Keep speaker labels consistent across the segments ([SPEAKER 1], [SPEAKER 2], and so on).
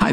[SPEAKER 1] Hi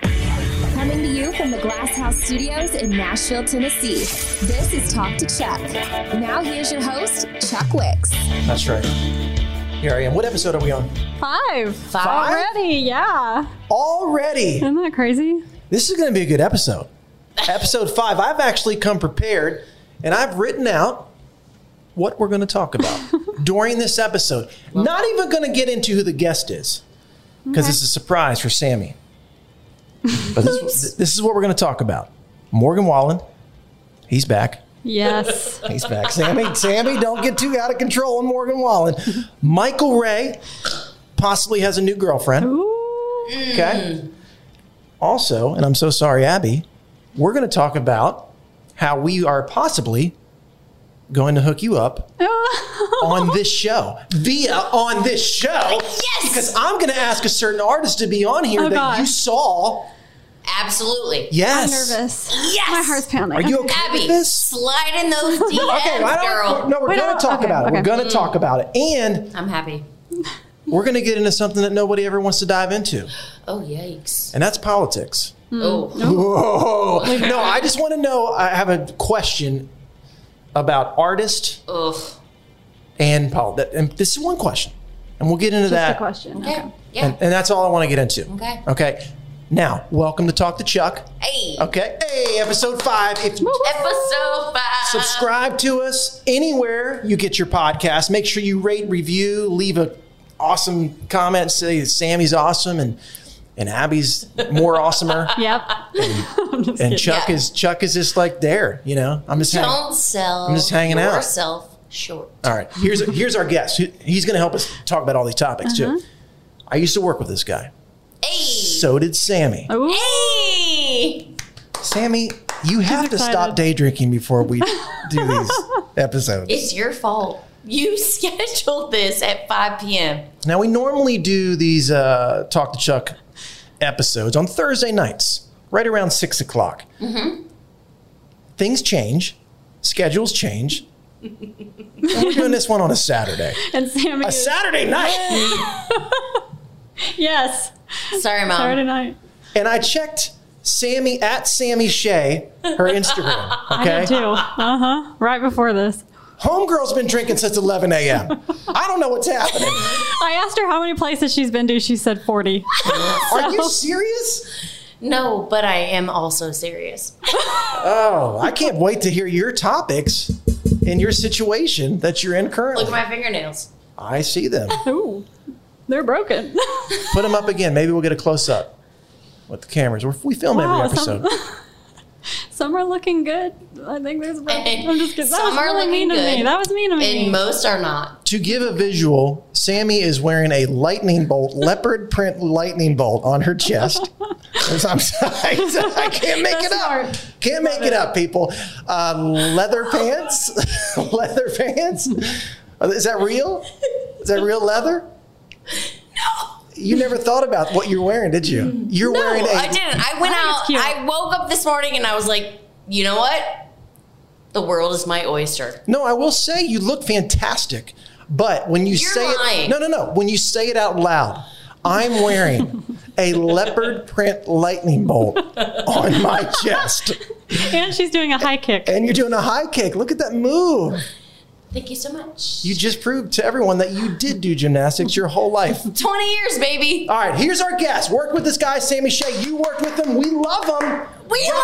[SPEAKER 2] Coming to you from the Glass House Studios in Nashville, Tennessee. This is Talk to Chuck. Now here's your host, Chuck Wicks.
[SPEAKER 3] That's right. Here I am. What episode are we on?
[SPEAKER 4] Five.
[SPEAKER 3] Five?
[SPEAKER 4] Already, yeah.
[SPEAKER 3] Already.
[SPEAKER 4] Isn't that crazy?
[SPEAKER 3] This is going to be a good episode. episode five. I've actually come prepared and I've written out what we're going to talk about during this episode. Not even going to get into who the guest is because it's a surprise for Sammy. But this, this is what we're going to talk about. Morgan Wallen, he's back.
[SPEAKER 4] Yes.
[SPEAKER 3] He's back. Sammy, Sammy, don't get too out of control on Morgan Wallen. Michael Ray possibly has a new girlfriend.
[SPEAKER 4] Ooh.
[SPEAKER 3] Okay. Also, and I'm so sorry, Abby, we're going to talk about how we are possibly going to hook you up on this show via on this show. Yes. Because I'm going to ask a certain artist to be on here
[SPEAKER 4] Oh,
[SPEAKER 3] that you
[SPEAKER 4] gosh.
[SPEAKER 3] saw.
[SPEAKER 5] Absolutely.
[SPEAKER 4] I'm
[SPEAKER 3] Yes.
[SPEAKER 4] nervous.
[SPEAKER 5] Yes.
[SPEAKER 4] My heart's pounding.
[SPEAKER 3] Are you okay
[SPEAKER 5] Abby,
[SPEAKER 3] with this?
[SPEAKER 5] slide in those DMs,
[SPEAKER 3] Okay, I
[SPEAKER 5] girl. Mm.
[SPEAKER 3] don't, no, we're
[SPEAKER 4] Wait,
[SPEAKER 3] going
[SPEAKER 4] no,
[SPEAKER 3] to talk
[SPEAKER 4] okay,
[SPEAKER 3] about it. We're
[SPEAKER 4] okay. Mm.
[SPEAKER 3] going to talk about it. And
[SPEAKER 5] I'm happy.
[SPEAKER 3] we're going to get into something that nobody ever wants to dive into,
[SPEAKER 5] Oh, yikes.
[SPEAKER 3] and that's politics.
[SPEAKER 4] Hmm.
[SPEAKER 5] Oh,
[SPEAKER 3] Whoa. No, I just want to know. I have a question about artist
[SPEAKER 5] ugh.
[SPEAKER 3] and politics. And this is one question, and we'll get into
[SPEAKER 4] Just
[SPEAKER 3] that.
[SPEAKER 4] a question.
[SPEAKER 5] Yeah. Yeah.
[SPEAKER 3] And, and that's all I want to get into.
[SPEAKER 5] Okay.
[SPEAKER 3] Okay. Now, welcome to Talk to Chuck.
[SPEAKER 5] hey.
[SPEAKER 3] Okay. Hey, episode five. If
[SPEAKER 5] Episode five.
[SPEAKER 3] subscribe to us anywhere you get your podcast. Make sure you rate, review, leave a awesome comment, say that Sammy's awesome and and Abby's more awesomer.
[SPEAKER 4] Yep. I'm just
[SPEAKER 3] And
[SPEAKER 4] kidding.
[SPEAKER 3] Chuck
[SPEAKER 5] Yeah.
[SPEAKER 3] is Chuck is just like there, you know. I'm just hanging.
[SPEAKER 5] Don't sell
[SPEAKER 3] I'm just hanging out.
[SPEAKER 5] yourself short.
[SPEAKER 3] All right, here's here's our guest. He- He's going to help us talk about all these topics too. I used to work with this guy.
[SPEAKER 5] Hey.
[SPEAKER 3] So did Sammy.
[SPEAKER 4] Ooh.
[SPEAKER 5] Hey.
[SPEAKER 3] Sammy, you have to
[SPEAKER 4] excited.
[SPEAKER 3] stop day drinking before we do these episodes.
[SPEAKER 5] It's your fault. You scheduled this at 5 p.m.
[SPEAKER 3] Now we normally do these uh, talk to Chuck episodes on Thursday nights, right around six o'clock.
[SPEAKER 5] Mm-hmm.
[SPEAKER 3] Things change, schedules change. And we're doing this one on a Saturday.
[SPEAKER 4] And Sammy.
[SPEAKER 3] A
[SPEAKER 4] is-
[SPEAKER 3] Saturday night.
[SPEAKER 4] yes.
[SPEAKER 5] Sorry, Mom.
[SPEAKER 4] Saturday night.
[SPEAKER 3] And I checked Sammy at Sammy Shea, her Instagram. Okay.
[SPEAKER 4] I did too. Uh huh. Right before this,
[SPEAKER 3] Homegirl's been drinking since 11 a.m. I don't know what's happening.
[SPEAKER 4] I asked her how many places she's been to. She said forty.
[SPEAKER 3] Are you serious?
[SPEAKER 5] No, but I am also serious.
[SPEAKER 3] Oh, I can't wait to hear your topics and your situation that you're in
[SPEAKER 5] Look at
[SPEAKER 3] currently.
[SPEAKER 5] my fingernails.
[SPEAKER 3] I see them.
[SPEAKER 4] Ooh, they're broken.
[SPEAKER 3] Put them up again. Maybe we'll get a close up with the cameras. We're, we film
[SPEAKER 4] Wow,
[SPEAKER 3] every
[SPEAKER 4] some-
[SPEAKER 3] episode.
[SPEAKER 4] Some are looking good. I think there's. I'm just kidding. That
[SPEAKER 5] Some
[SPEAKER 4] was
[SPEAKER 5] are
[SPEAKER 4] really
[SPEAKER 5] looking
[SPEAKER 4] mean to me.
[SPEAKER 5] good.
[SPEAKER 4] That was mean to me.
[SPEAKER 5] And most are not.
[SPEAKER 3] To give a visual, Sammy is wearing a lightning bolt, leopard print lightning bolt on her chest. I'm sorry, I can't make it
[SPEAKER 4] That's
[SPEAKER 3] up.
[SPEAKER 4] smart.
[SPEAKER 3] Can't make it up, people. Uh, leather pants, leather pants. Is that real? Is that real leather? You never thought about what you're wearing, did you? You're
[SPEAKER 5] No,
[SPEAKER 3] wearing a
[SPEAKER 5] I didn't. I
[SPEAKER 4] I think it's
[SPEAKER 5] went out.
[SPEAKER 4] cute.
[SPEAKER 5] I woke up this morning and I was like, you know what? The world is my oyster.
[SPEAKER 3] No, I will say you look fantastic, but when you
[SPEAKER 5] You're
[SPEAKER 3] say it,
[SPEAKER 5] lying.
[SPEAKER 3] no, no, no, when you say it out loud, I'm wearing a leopard print lightning bolt on my chest,
[SPEAKER 4] and she's doing a high kick.
[SPEAKER 3] and you're doing a high kick. Look at that move!
[SPEAKER 5] Thank you so much.
[SPEAKER 3] You just proved to everyone that you did do gymnastics your whole life.
[SPEAKER 5] 20 years, baby.
[SPEAKER 3] All right, here's our guest. Worked with this guy, Sammy Shea. You worked with him. We love him.
[SPEAKER 5] We love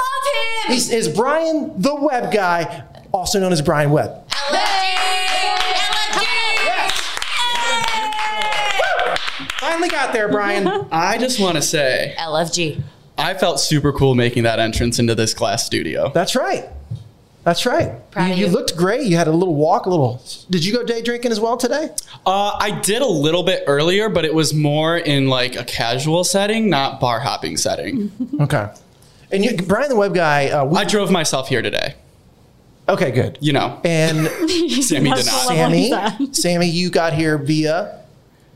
[SPEAKER 5] him.
[SPEAKER 3] He's, is Brian the Web guy, also known as Brian Webb.
[SPEAKER 5] LFG.
[SPEAKER 3] Finally got there, Brian.
[SPEAKER 6] I just want to say,
[SPEAKER 5] LFG.
[SPEAKER 6] I felt super cool making that entrance into this glass studio.
[SPEAKER 3] That's right. That's right.
[SPEAKER 5] Proud
[SPEAKER 3] you,
[SPEAKER 5] of
[SPEAKER 3] you
[SPEAKER 5] you.
[SPEAKER 3] looked great. You had a little walk, a little. Did you go day drinking as well today?
[SPEAKER 6] Uh, I did a little bit earlier, but it was more in like a casual setting, not bar hopping setting.
[SPEAKER 3] Okay. And you, Brian the Web guy. Uh, we,
[SPEAKER 6] I drove myself here today.
[SPEAKER 3] okay, good.
[SPEAKER 6] You know,
[SPEAKER 3] And
[SPEAKER 6] Sammy did
[SPEAKER 4] That's
[SPEAKER 6] not.
[SPEAKER 4] the level
[SPEAKER 3] Sammy,
[SPEAKER 4] he's at.
[SPEAKER 3] Sammy, you got here via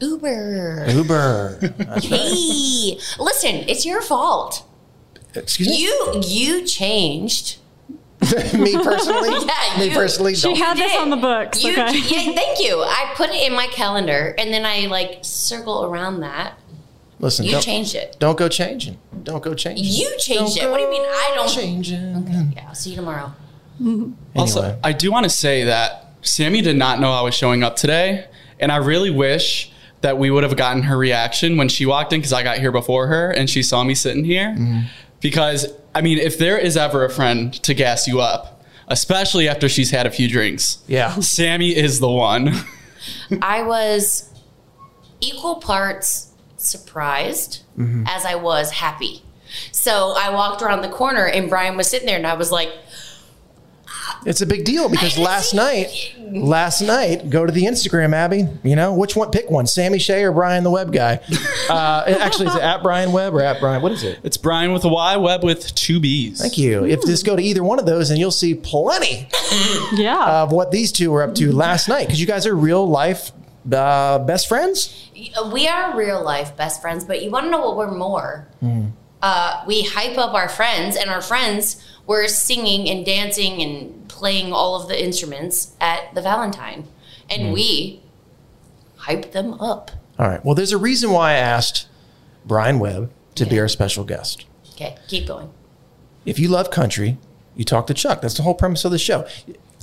[SPEAKER 5] Uber.
[SPEAKER 3] Uber.
[SPEAKER 5] Hey, listen, it's your fault.
[SPEAKER 3] Excuse me.
[SPEAKER 5] You you changed.
[SPEAKER 3] me personally.
[SPEAKER 5] Yeah,
[SPEAKER 3] me
[SPEAKER 5] you-
[SPEAKER 3] personally.
[SPEAKER 4] She
[SPEAKER 3] don't-
[SPEAKER 4] had this
[SPEAKER 5] Hey,
[SPEAKER 4] on the books.
[SPEAKER 5] You,
[SPEAKER 4] okay.
[SPEAKER 5] yeah, thank you. I put it in my calendar and then I like circle around that.
[SPEAKER 3] listen.
[SPEAKER 5] You
[SPEAKER 3] don't,
[SPEAKER 5] changed it.
[SPEAKER 3] don't go changing. Don't go changing.
[SPEAKER 5] You changed
[SPEAKER 3] Don't
[SPEAKER 5] it. What do you
[SPEAKER 3] go
[SPEAKER 5] mean I don't?
[SPEAKER 3] Changing.
[SPEAKER 5] Yeah, I'll see you tomorrow.
[SPEAKER 6] Also,
[SPEAKER 3] Anyway.
[SPEAKER 6] I do want to say that Sammy did not know I was showing up today, and I really wish that we would have gotten her reaction when she walked in because I got here before her and she saw me sitting here. Because, I mean, if there is ever a friend to gas you up, especially after she's had a few drinks,
[SPEAKER 3] Yeah.
[SPEAKER 6] Sammy is the one.
[SPEAKER 5] I was equal parts surprised
[SPEAKER 3] Mm-hmm.
[SPEAKER 5] as I was happy. So I walked around the corner and Brian was sitting there and I was like,
[SPEAKER 3] It's a big deal because last night, last night, go to the Instagram, Abby. You know which one? Pick one: Sammy Shea or Brian the Web guy. Uh, and actually, is it at Brian Web or at Brian? What is it?
[SPEAKER 6] it's Brian with a Y, Webb with two B's.
[SPEAKER 3] Thank you. If just go to either one of those, and you'll see plenty
[SPEAKER 4] yeah.
[SPEAKER 3] of what these two were up to last night because you guys are real life uh, best friends.
[SPEAKER 5] we are real life best friends, but you want to know what we're more? Uh, we hype up our friends, and our friends were singing and dancing and playing all of the instruments at the Valentine, and
[SPEAKER 6] Mm.
[SPEAKER 5] we hyped them up.
[SPEAKER 3] All right. Well, there's a reason why I asked Brian Webb to be our special guest.
[SPEAKER 5] Okay, keep going.
[SPEAKER 3] if you love country, you talk to Chuck. That's the whole premise of the show.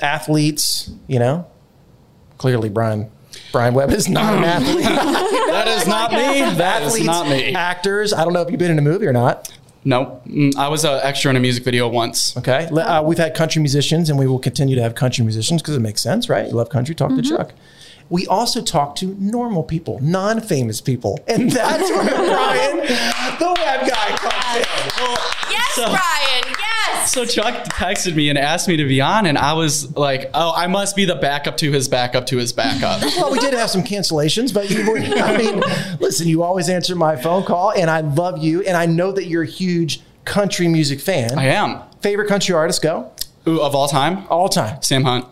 [SPEAKER 3] Athletes, you know, clearly Brian Brian Webb is not an athlete.
[SPEAKER 6] That is not me. That is
[SPEAKER 3] Athletes,
[SPEAKER 6] not me.
[SPEAKER 3] Actors. I don't know if you've been in a movie or not.
[SPEAKER 6] No, Mm, I was an extra in a music video once.
[SPEAKER 3] Okay, Le- uh, we've had country musicians, and we will continue to have country musicians because it makes sense, right? You love country. Talk
[SPEAKER 5] Mm-hmm.
[SPEAKER 3] to Chuck. We also talk to normal people, non-famous people, and that's where Brian, the Webb guy, comes in.
[SPEAKER 5] Yes,
[SPEAKER 6] So-
[SPEAKER 5] Brian. Yes.
[SPEAKER 6] So Chuck texted me and asked me to be on, and I was like, "Oh, I must be the backup to his backup to his backup."
[SPEAKER 3] Well, we did have some cancellations, but you were, I mean, listen, you always answer my phone call, and I love you, and I know that you're a huge country music fan.
[SPEAKER 6] I am
[SPEAKER 3] Favorite country artist, go
[SPEAKER 6] Ooh, of all time,
[SPEAKER 3] all time.
[SPEAKER 6] Sam Hunt.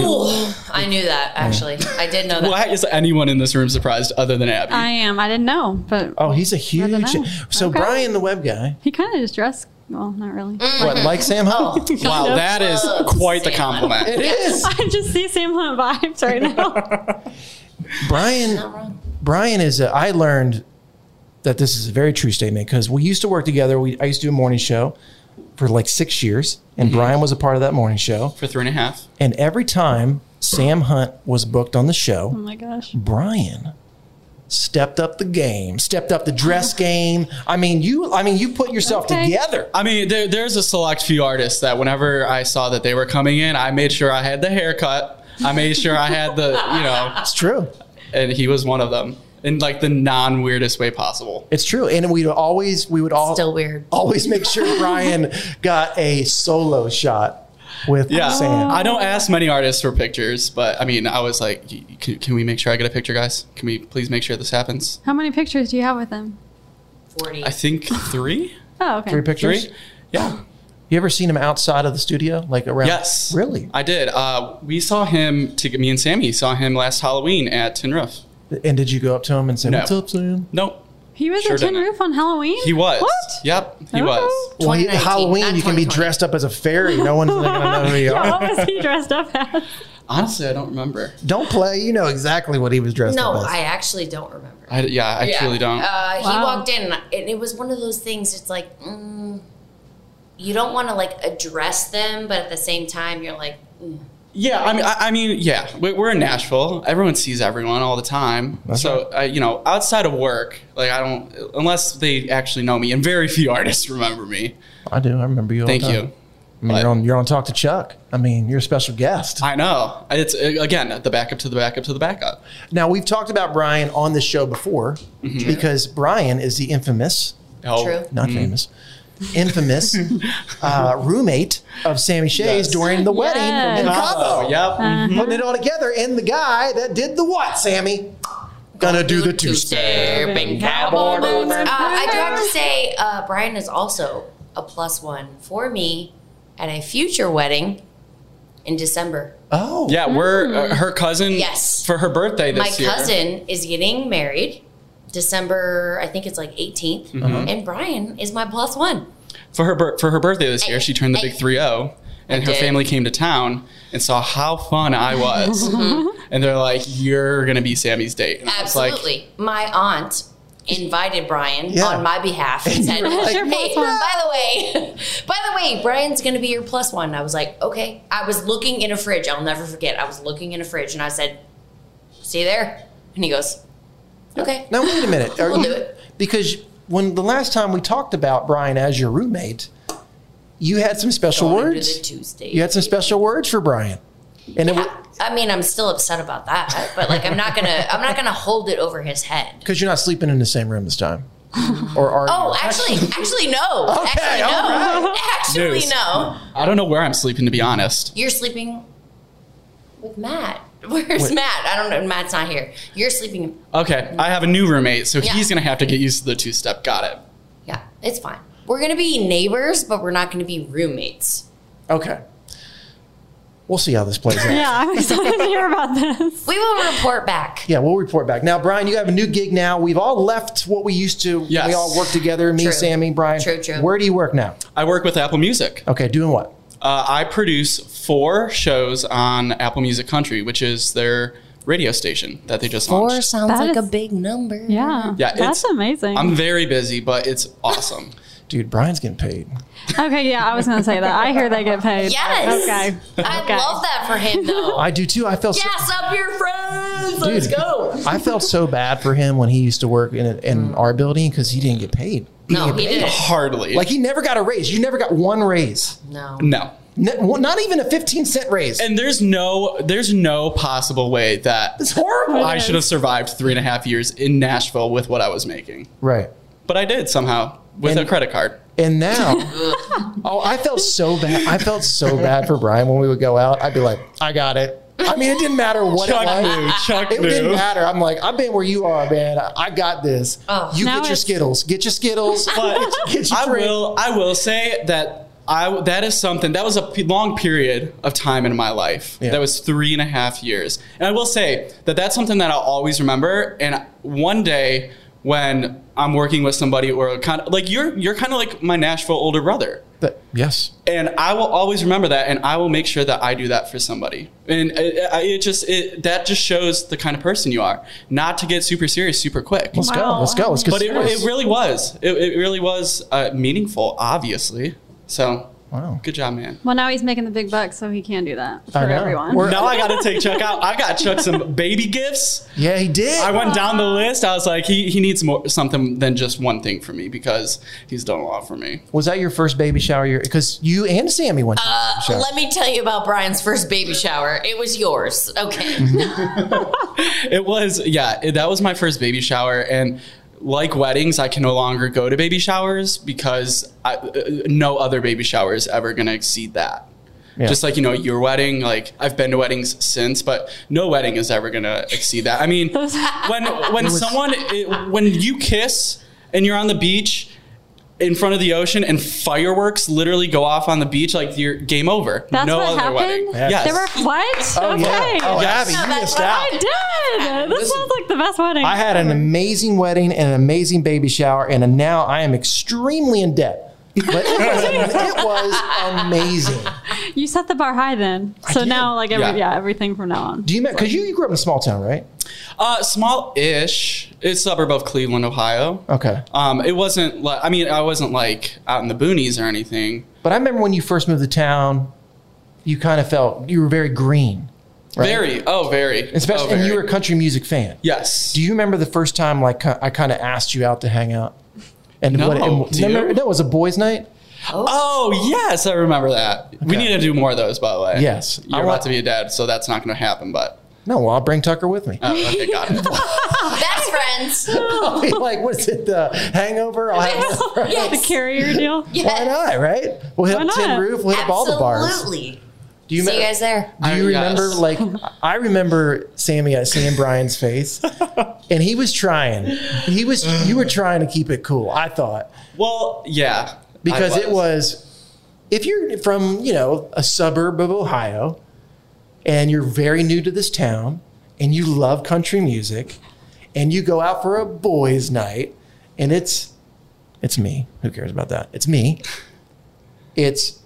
[SPEAKER 5] Ooh, I knew that. Actually, I did know that.
[SPEAKER 6] Why is anyone in this room surprised other than Abby?
[SPEAKER 4] I am. I didn't know, but
[SPEAKER 3] Oh, he's a
[SPEAKER 4] Rather
[SPEAKER 3] huge.
[SPEAKER 4] than-
[SPEAKER 3] So
[SPEAKER 4] okay.
[SPEAKER 3] Brian, the web guy,
[SPEAKER 4] he kind of just dressed. Well, not really.
[SPEAKER 5] Mm-hmm.
[SPEAKER 3] what like Sam
[SPEAKER 5] Oh.
[SPEAKER 3] Hunt?
[SPEAKER 4] Oh,
[SPEAKER 6] wow, that is quite the
[SPEAKER 5] Sam.
[SPEAKER 6] compliment.
[SPEAKER 3] It is
[SPEAKER 4] I just see Sam Hunt vibes right now.
[SPEAKER 3] Brian. Brian is. A, I learned that this is a very true statement because we used to work together. We I used to do a morning show for like six years, and
[SPEAKER 6] Mhm.
[SPEAKER 3] Brian was a part of that morning show.
[SPEAKER 6] for three and a half.
[SPEAKER 3] And every time Sam Hunt was booked on the show,
[SPEAKER 4] Oh my gosh.
[SPEAKER 3] Brian stepped up the game, stepped up the dress game. I mean, you I mean you put yourself together.
[SPEAKER 6] I mean, there, there's a select few artists that whenever I saw that they were coming in, I made sure I had the haircut. I made sure I had the, you know. It's
[SPEAKER 3] true.
[SPEAKER 6] And he was one of them in like the non weirdest way possible.
[SPEAKER 3] It's true. And we'd always we would all
[SPEAKER 5] still weird.
[SPEAKER 3] Always make sure Brian got a solo shot with
[SPEAKER 6] Yeah.
[SPEAKER 5] Oh.
[SPEAKER 3] Sam.
[SPEAKER 6] I don't ask many artists for pictures, but I mean, I was like, "Y- y- can, can we make sure I get a picture, guys? Can we please make sure this happens?
[SPEAKER 4] How many pictures do you have with him?
[SPEAKER 6] I think three?
[SPEAKER 4] Oh, okay.
[SPEAKER 3] Three pictures?
[SPEAKER 6] Three? Yeah.
[SPEAKER 3] You ever seen him outside of the studio? Like around
[SPEAKER 6] Yes.
[SPEAKER 3] Really?
[SPEAKER 6] I did. Uh, we saw him, to, me and Sammy saw him last Halloween at Tin Roof.
[SPEAKER 3] And did you go up to him and say,
[SPEAKER 6] No.
[SPEAKER 3] What's up, Sam?
[SPEAKER 6] Nope.
[SPEAKER 4] He was
[SPEAKER 6] Sure
[SPEAKER 4] at Tin
[SPEAKER 6] didn't.
[SPEAKER 4] Roof on Halloween?
[SPEAKER 6] He was.
[SPEAKER 4] What?
[SPEAKER 6] Yep, he was.
[SPEAKER 3] Well, you- Halloween, you can be dressed up as a fairy. No one's going to know who you
[SPEAKER 4] Yeah,
[SPEAKER 3] are.
[SPEAKER 4] what was he dressed up as?
[SPEAKER 6] Honestly, I don't remember.
[SPEAKER 3] Don't play. You know exactly what he was dressed
[SPEAKER 5] No,
[SPEAKER 3] up as.
[SPEAKER 5] I actually don't remember.
[SPEAKER 6] I, yeah, I
[SPEAKER 5] Yeah.
[SPEAKER 6] truly don't.
[SPEAKER 5] Uh, He
[SPEAKER 4] Wow.
[SPEAKER 5] walked in, and it was one of those things. It's like mm, you don't want to like address them, but at the same time, you're like, mm.
[SPEAKER 6] yeah, I mean, I, I mean, yeah, we- we're in Nashville. Everyone sees everyone all the time. so, I, you know, outside of work, like I don't, unless they actually know me, and very few artists remember me.
[SPEAKER 3] I do. I remember you. All
[SPEAKER 6] Thank
[SPEAKER 3] the time.
[SPEAKER 6] you.
[SPEAKER 3] I mean, you're on. You're on Talk to Chuck. I mean, you're a special guest.
[SPEAKER 6] I know. It's uh, again the backup to the backup to the backup.
[SPEAKER 3] Now we've talked about Brian on this show before because Brian is the infamous,
[SPEAKER 6] Mm-hmm. Oh,
[SPEAKER 5] True.
[SPEAKER 3] not
[SPEAKER 6] Mhm.
[SPEAKER 3] famous, infamous uh, roommate of Sammy Shays during the wedding
[SPEAKER 4] Yes.
[SPEAKER 3] in Cabo.
[SPEAKER 6] Oh, yep.
[SPEAKER 3] Putting it all together, and the guy that did the what, Sammy? Gonna do the two step.
[SPEAKER 5] Urban cowboy boots. Uh, I do have to say, uh, Brian is also a plus one for me at a future wedding in December.
[SPEAKER 3] Oh,
[SPEAKER 6] Yeah, we're uh, her cousin.
[SPEAKER 5] Yes.
[SPEAKER 6] For her birthday this
[SPEAKER 5] My
[SPEAKER 6] year.
[SPEAKER 5] cousin is getting married December, I think it's like 18th,
[SPEAKER 6] Mm-hmm.
[SPEAKER 5] and Brian is my plus one.
[SPEAKER 6] for her bir- for her birthday this year, she turned the big three zero, and her
[SPEAKER 5] did.
[SPEAKER 6] family came to town and saw how fun I was,
[SPEAKER 5] Mm-hmm.
[SPEAKER 6] and they're like, "You're gonna be Sammy's date." And I was like,
[SPEAKER 5] Absolutely. my aunt invited Brian
[SPEAKER 3] Yeah.
[SPEAKER 5] on my behalf and said,
[SPEAKER 4] were like,
[SPEAKER 5] "Hey,
[SPEAKER 4] Your plus one."
[SPEAKER 5] by the way, by the way, Brian's going to be your plus one." And I was like, "Okay." I was looking in a fridge. I'll never forget. I was looking in a fridge and I said, "See you there?" And he goes, "Okay."
[SPEAKER 3] Now wait a minute. Are
[SPEAKER 5] We'll
[SPEAKER 3] you-
[SPEAKER 5] do it.
[SPEAKER 3] Because when the last time we talked about Brian as your roommate, you had some special
[SPEAKER 5] Going to
[SPEAKER 3] words.
[SPEAKER 5] the Tuesday.
[SPEAKER 3] You had some special words for Brian, and it
[SPEAKER 5] I- I mean, I'm still upset about that, but like, I'm not gonna, I'm not gonna hold it over his head.
[SPEAKER 3] because you're not sleeping in the same room this time, or are you?
[SPEAKER 5] Oh, actually, actually, no, actually, no, actually,
[SPEAKER 6] News.
[SPEAKER 5] no.
[SPEAKER 6] "I don't know where I'm sleeping, to be honest."
[SPEAKER 5] You're sleeping with Matt. Where's
[SPEAKER 3] Wait.
[SPEAKER 5] Matt? I don't know. Matt's not here. You're sleeping.
[SPEAKER 6] Okay, I have a new roommate, so
[SPEAKER 5] Yeah.
[SPEAKER 6] he's gonna have to get used to the two step. Got it.
[SPEAKER 5] Yeah, it's fine. We're gonna be neighbors, but we're not gonna be roommates.
[SPEAKER 3] Okay. We'll see how this plays out.
[SPEAKER 4] Yeah, I'm excited to hear about this.
[SPEAKER 5] We will report back.
[SPEAKER 3] Yeah, we'll report back. Now, Brian, you have a new gig now. We've all left what we used to. when We
[SPEAKER 6] Yes.
[SPEAKER 3] all work together. Me,
[SPEAKER 5] True.
[SPEAKER 3] Sammy, Brian.
[SPEAKER 5] True, true.
[SPEAKER 3] Where do you work now?
[SPEAKER 6] I work with Apple Music.
[SPEAKER 3] Okay, doing what?
[SPEAKER 6] Uh, I produce four shows on Apple Music Country, which is their radio station that they just
[SPEAKER 5] Four
[SPEAKER 6] launched.
[SPEAKER 5] sounds
[SPEAKER 4] That
[SPEAKER 5] like
[SPEAKER 4] is-
[SPEAKER 5] a big number.
[SPEAKER 4] Yeah.
[SPEAKER 6] Yeah,
[SPEAKER 4] That's
[SPEAKER 6] it's-
[SPEAKER 4] amazing.
[SPEAKER 6] I'm very busy, but it's awesome.
[SPEAKER 3] Dude, Brian's getting paid.
[SPEAKER 4] okay, yeah, I was going to say that. I hear they get paid.
[SPEAKER 5] Yes.
[SPEAKER 4] Okay.
[SPEAKER 5] I
[SPEAKER 4] Okay.
[SPEAKER 5] love that for him though.
[SPEAKER 3] I do too. I felt
[SPEAKER 5] Gas up your friends.
[SPEAKER 3] so,
[SPEAKER 5] Oh. Let's
[SPEAKER 3] dude,
[SPEAKER 5] go.
[SPEAKER 3] I felt so bad for him when he used to work in, in our building because he didn't get paid.
[SPEAKER 5] Mm. No,
[SPEAKER 3] didn't
[SPEAKER 5] he
[SPEAKER 3] get paid.
[SPEAKER 5] didn't.
[SPEAKER 6] Hardly.
[SPEAKER 3] Like he never got a raise. You never got one raise.
[SPEAKER 5] No.
[SPEAKER 6] no.
[SPEAKER 3] Ne- one- Not even a fifteen cent raise.
[SPEAKER 6] And there's no there's no possible way that
[SPEAKER 3] it's horrible.
[SPEAKER 6] I should have survived three and a half years in Nashville with what I was making.
[SPEAKER 3] Right.
[SPEAKER 6] But I did somehow with
[SPEAKER 3] And-
[SPEAKER 6] a credit card.
[SPEAKER 3] And now, oh, I felt so bad. I felt so bad for Brian when we would go out. I'd be like, I got it. I mean, it didn't matter what it was.
[SPEAKER 6] Chuck
[SPEAKER 3] It didn't matter. I'm like, I've been where you are, man. I- I got this.
[SPEAKER 5] Oh.
[SPEAKER 3] you
[SPEAKER 4] Now
[SPEAKER 3] get your
[SPEAKER 4] it's-
[SPEAKER 3] Skittles. Get your Skittles.
[SPEAKER 6] But
[SPEAKER 3] Get your
[SPEAKER 6] I
[SPEAKER 3] drink.
[SPEAKER 6] will I will say that I that is something that was a p- long period of time in my life.
[SPEAKER 3] Yeah.
[SPEAKER 6] That was three and a half years. And I will say that that's something that I'll always remember. And one day when I'm working with somebody or kind of like you're you're kind of like my Nashville older brother.
[SPEAKER 3] That, yes.
[SPEAKER 6] And I will always remember that, and I will make sure that I do that for somebody. And it, I- it just it, that just shows the kind of person you are. Not to get super serious super quick.
[SPEAKER 3] Let's go, Wow. let's go, let's get
[SPEAKER 6] But it,
[SPEAKER 3] serious.
[SPEAKER 6] it really was. It, it really was uh, meaningful, obviously. So,
[SPEAKER 3] wow,
[SPEAKER 6] good job, man.
[SPEAKER 4] Well, now he's making the big bucks, so he can do that for
[SPEAKER 6] I know.
[SPEAKER 4] everyone.
[SPEAKER 6] now I got to take Chuck out. I got Chuck some baby gifts.
[SPEAKER 3] Yeah, he did.
[SPEAKER 6] I went down the list. I was like, he, he needs more something than just one thing for me because he's done a lot for me.
[SPEAKER 3] Was that your first baby shower? Year? Because you and Sammy went. To the baby shower.
[SPEAKER 5] Uh, Let me tell you about Brian's first baby shower. It was yours. Okay.
[SPEAKER 6] It was, yeah, it- that was my first baby shower. And like weddings, I can no longer go to baby showers because I, uh, no other baby shower is ever going to exceed that.
[SPEAKER 3] Yeah.
[SPEAKER 6] Just like, you know, your wedding, like I've been to weddings since, but no wedding is ever going to exceed that. I mean, when, when
[SPEAKER 3] It was-
[SPEAKER 6] someone, it, when you kiss and you're on the beach in front of the ocean and fireworks literally go off on the beach, like you're game over.
[SPEAKER 4] That's
[SPEAKER 6] no
[SPEAKER 4] what
[SPEAKER 6] other
[SPEAKER 4] happened.
[SPEAKER 6] wedding. Yes.
[SPEAKER 4] There were what?
[SPEAKER 3] Oh, yeah.
[SPEAKER 4] okay.
[SPEAKER 3] Oh, Yes. Abby, you
[SPEAKER 4] That's
[SPEAKER 3] missed
[SPEAKER 4] what
[SPEAKER 3] out.
[SPEAKER 4] I did. This sounds like the best wedding.
[SPEAKER 3] I had an amazing wedding and an amazing baby shower, and now I am extremely in debt. But it was, it was amazing.
[SPEAKER 4] You set the bar high then. So now, like, every,
[SPEAKER 6] Yeah.
[SPEAKER 4] yeah. everything from now on.
[SPEAKER 3] Do you because you, you grew up in a small town, right?
[SPEAKER 6] Uh, small ish. It's suburb of Cleveland, Ohio.
[SPEAKER 3] Okay.
[SPEAKER 6] Um, it wasn't like I mean, I wasn't like out in the boonies or anything.
[SPEAKER 3] But I remember when you first moved to town, you kind of felt you were very green, right?
[SPEAKER 6] Very, oh, very.
[SPEAKER 3] Especially,
[SPEAKER 6] oh,
[SPEAKER 3] and
[SPEAKER 6] very.
[SPEAKER 3] you were a country music fan.
[SPEAKER 6] Yes.
[SPEAKER 3] Do you remember the first time like ki- I kind of asked you out to hang out? And
[SPEAKER 6] No,
[SPEAKER 3] what? And,
[SPEAKER 6] do you?
[SPEAKER 3] remember- no, it was a boys' night.
[SPEAKER 6] Oh yes, I remember that. We need to do more of those, by the way.
[SPEAKER 3] Yes.
[SPEAKER 6] you're about to be a dad, so that's not going to happen. But
[SPEAKER 3] No, well, I'll bring Tucker with me.
[SPEAKER 6] oh, okay, got it.
[SPEAKER 5] Best friends.
[SPEAKER 3] I'll be like, what is it? The Hangover? I'll have
[SPEAKER 4] The carrier deal?
[SPEAKER 3] Why not? Right? We'll hit
[SPEAKER 4] Why
[SPEAKER 3] up Tin
[SPEAKER 4] not?
[SPEAKER 3] Roof. We'll hit up all the bars.
[SPEAKER 5] Absolutely.
[SPEAKER 3] Do you
[SPEAKER 5] See you
[SPEAKER 3] me-
[SPEAKER 5] guys there.
[SPEAKER 3] Do you remember? Like, I remember Sammy uh, seeing Brian's face, and he was trying. He was. You were trying to keep it cool. I thought
[SPEAKER 6] Well, yeah,
[SPEAKER 3] because
[SPEAKER 6] I
[SPEAKER 3] it was, if you're from you know a suburb of Ohio, and you're very new to this town, and you love country music, and you go out for a boys' night, and it's, it's me. Who cares about that? It's me. It's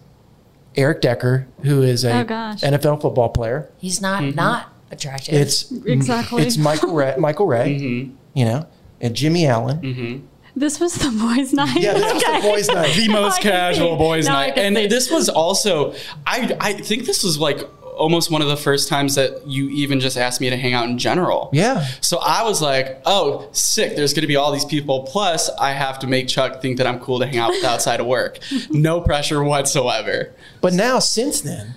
[SPEAKER 3] Eric Decker, who is a
[SPEAKER 5] Oh, gosh.
[SPEAKER 3] NFL football player.
[SPEAKER 5] He's not not attractive.
[SPEAKER 3] It's It's Michael Ray, Michael Ray, you know, and Jimmy Allen.
[SPEAKER 4] This was the boys' night.
[SPEAKER 3] Yeah, this was the boys' night.
[SPEAKER 6] the most casual boys'
[SPEAKER 4] Now I
[SPEAKER 6] night.
[SPEAKER 4] can
[SPEAKER 6] And
[SPEAKER 4] see.
[SPEAKER 6] this was also, I, I think this was like almost one of the first times that you even just asked me to hang out in general.
[SPEAKER 3] Yeah.
[SPEAKER 6] So I was like, oh, sick. There's going to be all these people. Plus, I have to make Chuck think that I'm cool to hang out with outside of work. No pressure whatsoever.
[SPEAKER 3] But now, since then,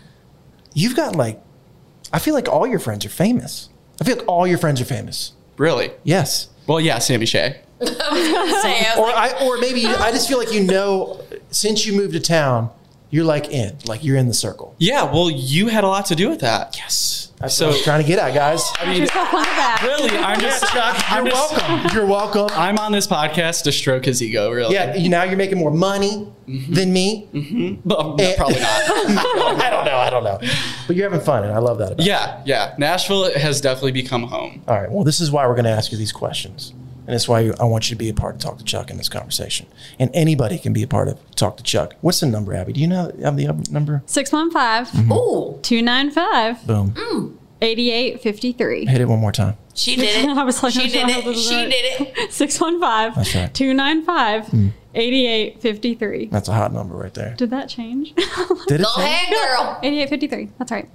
[SPEAKER 3] you've got like, I feel like all your friends are famous. I feel like all your friends are famous.
[SPEAKER 6] Really?
[SPEAKER 3] Yes.
[SPEAKER 6] Well, yeah, Sammy Shea.
[SPEAKER 3] or I, or maybe I just feel like you know, since you moved to town, you're like in, like you're in the circle.
[SPEAKER 6] Yeah, well, you had a lot to do with that.
[SPEAKER 3] Yes. That's what I was trying to get at, guys.
[SPEAKER 6] I mean, really, I'm just, I'm
[SPEAKER 3] You're
[SPEAKER 6] just-
[SPEAKER 3] welcome. You're welcome.
[SPEAKER 6] I'm on this podcast to stroke his ego, really.
[SPEAKER 3] Yeah, you, now you're making more money than me.
[SPEAKER 6] Mm-hmm.
[SPEAKER 3] Eh,
[SPEAKER 6] But, no, probably not.
[SPEAKER 3] I don't know. I don't know. But you're having fun, and I love that. About you.
[SPEAKER 6] Yeah, yeah. Nashville has definitely become home.
[SPEAKER 3] All right. Well, this is why we're going to ask you these questions. And it's why you, I want you to be a part of Talk to Chuck in this conversation. And anybody can be a part of Talk to Chuck. What's the number, Abby? Do you know have the other number?
[SPEAKER 4] 615
[SPEAKER 3] Mm-hmm.
[SPEAKER 5] Ooh,
[SPEAKER 4] 295
[SPEAKER 3] Boom.
[SPEAKER 4] 8853.
[SPEAKER 3] Hit it one more time.
[SPEAKER 5] she did it.
[SPEAKER 4] I was like,
[SPEAKER 5] she
[SPEAKER 4] I'm
[SPEAKER 5] did
[SPEAKER 4] sure
[SPEAKER 5] it.
[SPEAKER 4] this is
[SPEAKER 5] She
[SPEAKER 4] right.
[SPEAKER 5] did it.
[SPEAKER 4] 615
[SPEAKER 3] That's right. Mm.
[SPEAKER 4] 295 8853.
[SPEAKER 3] That's a hot number right there.
[SPEAKER 4] Did that change?
[SPEAKER 3] Did it?
[SPEAKER 5] Go
[SPEAKER 3] change?
[SPEAKER 5] ahead, girl.
[SPEAKER 4] 8853. That's right.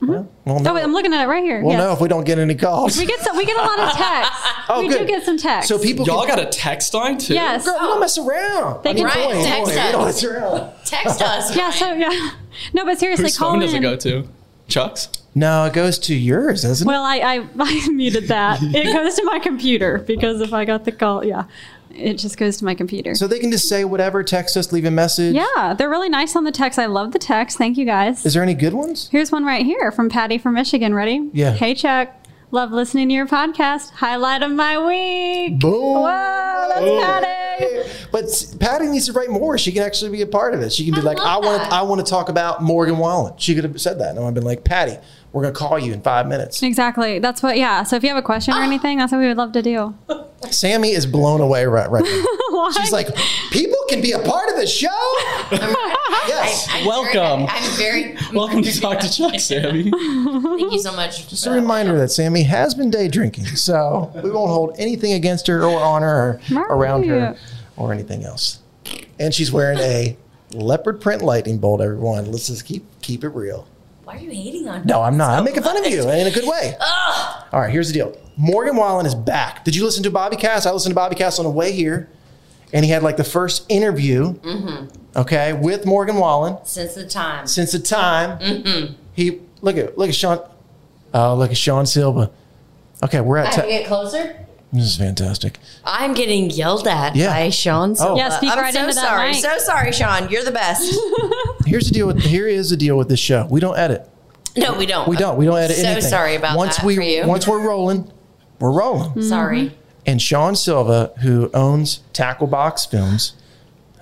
[SPEAKER 3] Well, we'll know,
[SPEAKER 4] Oh, wait, I'm looking at it right here.
[SPEAKER 3] we'll
[SPEAKER 4] yes.
[SPEAKER 3] know if we don't get any calls.
[SPEAKER 4] We get some, we get a lot of texts. we do
[SPEAKER 3] Oh, good.
[SPEAKER 4] get some texts.
[SPEAKER 3] So people
[SPEAKER 6] Y'all
[SPEAKER 3] can,
[SPEAKER 6] got a text line too?
[SPEAKER 4] Yes.
[SPEAKER 3] Girl, we don't mess around.
[SPEAKER 4] They
[SPEAKER 3] I mean,
[SPEAKER 4] can-
[SPEAKER 3] boy,
[SPEAKER 5] Right, text
[SPEAKER 3] boy, we don't
[SPEAKER 5] us.
[SPEAKER 3] mess around.
[SPEAKER 5] Text us.
[SPEAKER 4] Yeah, so yeah. No, but seriously,
[SPEAKER 6] Whose
[SPEAKER 4] call
[SPEAKER 6] phone does
[SPEAKER 4] in.
[SPEAKER 6] it go to? Chuck's?
[SPEAKER 3] No, it goes to yours, doesn't it?
[SPEAKER 4] Well, I, I, I muted that. It goes to my computer because if I got the call, yeah, it just goes to my computer.
[SPEAKER 3] So they can just say whatever, text us, leave a message.
[SPEAKER 4] yeah, they're really nice on the text. I love the text. Thank you guys.
[SPEAKER 3] Is there any good ones?
[SPEAKER 4] Here's one right here from Patty from Michigan. Ready?
[SPEAKER 3] Yeah.
[SPEAKER 4] Hey, Chuck. Love listening to your podcast. Highlight of my week.
[SPEAKER 3] Boom.
[SPEAKER 4] Whoa, that's Patty.
[SPEAKER 3] But s- Patty needs to write more. She can actually be a part of it. She can be like, I want to, I want to talk about Morgan Wallen. She could have said that, and I've been like, Patty, we're gonna call you in five minutes. Ah.
[SPEAKER 4] Exactly. That's what, yeah. So if you have a question or anything, that's what we would love to do.
[SPEAKER 3] Sammy is blown away right, right now.
[SPEAKER 7] She's like, people can be a part of the show.
[SPEAKER 5] yes. I, am
[SPEAKER 7] Welcome.
[SPEAKER 5] I'm very.
[SPEAKER 7] Welcome to Talk to Chuck, Sammy.
[SPEAKER 5] Thank you so much.
[SPEAKER 3] Just a reminder that Sammy has been day drinking, so we won't hold anything against her or on her or around her or anything else. And she's wearing a leopard print lightning bolt, everyone. Let's just keep keep it real.
[SPEAKER 5] Why are you hating on me?
[SPEAKER 3] No, I'm not. I'm making fun of you and in a good way.
[SPEAKER 5] Ugh.
[SPEAKER 3] All right, here's the deal. Morgan Wallen is back. Did you listen to Bobby Cass? I listened to Bobby Cass on the way here, and he had like the first interview,
[SPEAKER 5] hmm
[SPEAKER 3] okay, with Morgan Wallen
[SPEAKER 5] Since the time.
[SPEAKER 3] since the time
[SPEAKER 5] Mm-hmm.
[SPEAKER 3] he look at look at Sean. Oh, look at Sean Silva. Okay, we're
[SPEAKER 5] I
[SPEAKER 3] at.
[SPEAKER 5] have
[SPEAKER 3] Te-
[SPEAKER 5] to get closer.
[SPEAKER 3] this is fantastic.
[SPEAKER 5] I'm getting yelled at
[SPEAKER 3] Yeah.
[SPEAKER 5] by Sean.
[SPEAKER 3] Oh.
[SPEAKER 5] Silva.
[SPEAKER 3] Yeah, speak
[SPEAKER 5] I'm
[SPEAKER 3] right
[SPEAKER 5] so
[SPEAKER 3] into that
[SPEAKER 5] sorry.
[SPEAKER 3] mic.
[SPEAKER 5] So sorry, Sean. You're the best.
[SPEAKER 3] Here's the deal. With, here is the deal with this show. We don't edit.
[SPEAKER 5] no, we don't.
[SPEAKER 3] We don't. We don't edit
[SPEAKER 5] Uh, so
[SPEAKER 3] anything.
[SPEAKER 5] sorry about
[SPEAKER 3] once
[SPEAKER 5] that
[SPEAKER 3] we
[SPEAKER 5] for you. Mm-hmm.
[SPEAKER 3] once we're rolling, we're rolling.
[SPEAKER 5] Sorry.
[SPEAKER 3] And Sean Silva, who owns Tackle Box Films,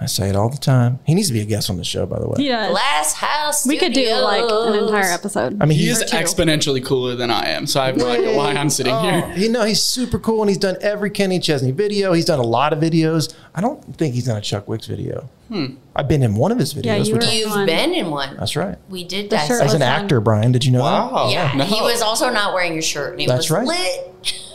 [SPEAKER 3] I say it all the time. He needs to be a guest on the show, by the way.
[SPEAKER 5] Glass House.
[SPEAKER 4] We could do, like, an entire episode.
[SPEAKER 3] I mean,
[SPEAKER 6] he
[SPEAKER 3] he's-
[SPEAKER 6] is exponentially cooler than I am, so I have no idea why I'm sitting
[SPEAKER 3] Oh,
[SPEAKER 6] here.
[SPEAKER 3] You know, he's super cool, and he's done every Kenny Chesney video. He's done a lot of videos. I don't think he's done a Chuck Wicks video.
[SPEAKER 5] Hmm.
[SPEAKER 3] I've been in one of his videos. which-
[SPEAKER 5] You've been in one.
[SPEAKER 3] That's right.
[SPEAKER 5] We did that.
[SPEAKER 3] As an actor, Brian, did you know
[SPEAKER 6] Wow.
[SPEAKER 3] that?
[SPEAKER 5] Yeah, he was also not wearing your shirt, and he
[SPEAKER 3] That's
[SPEAKER 5] was
[SPEAKER 3] right.
[SPEAKER 5] lit.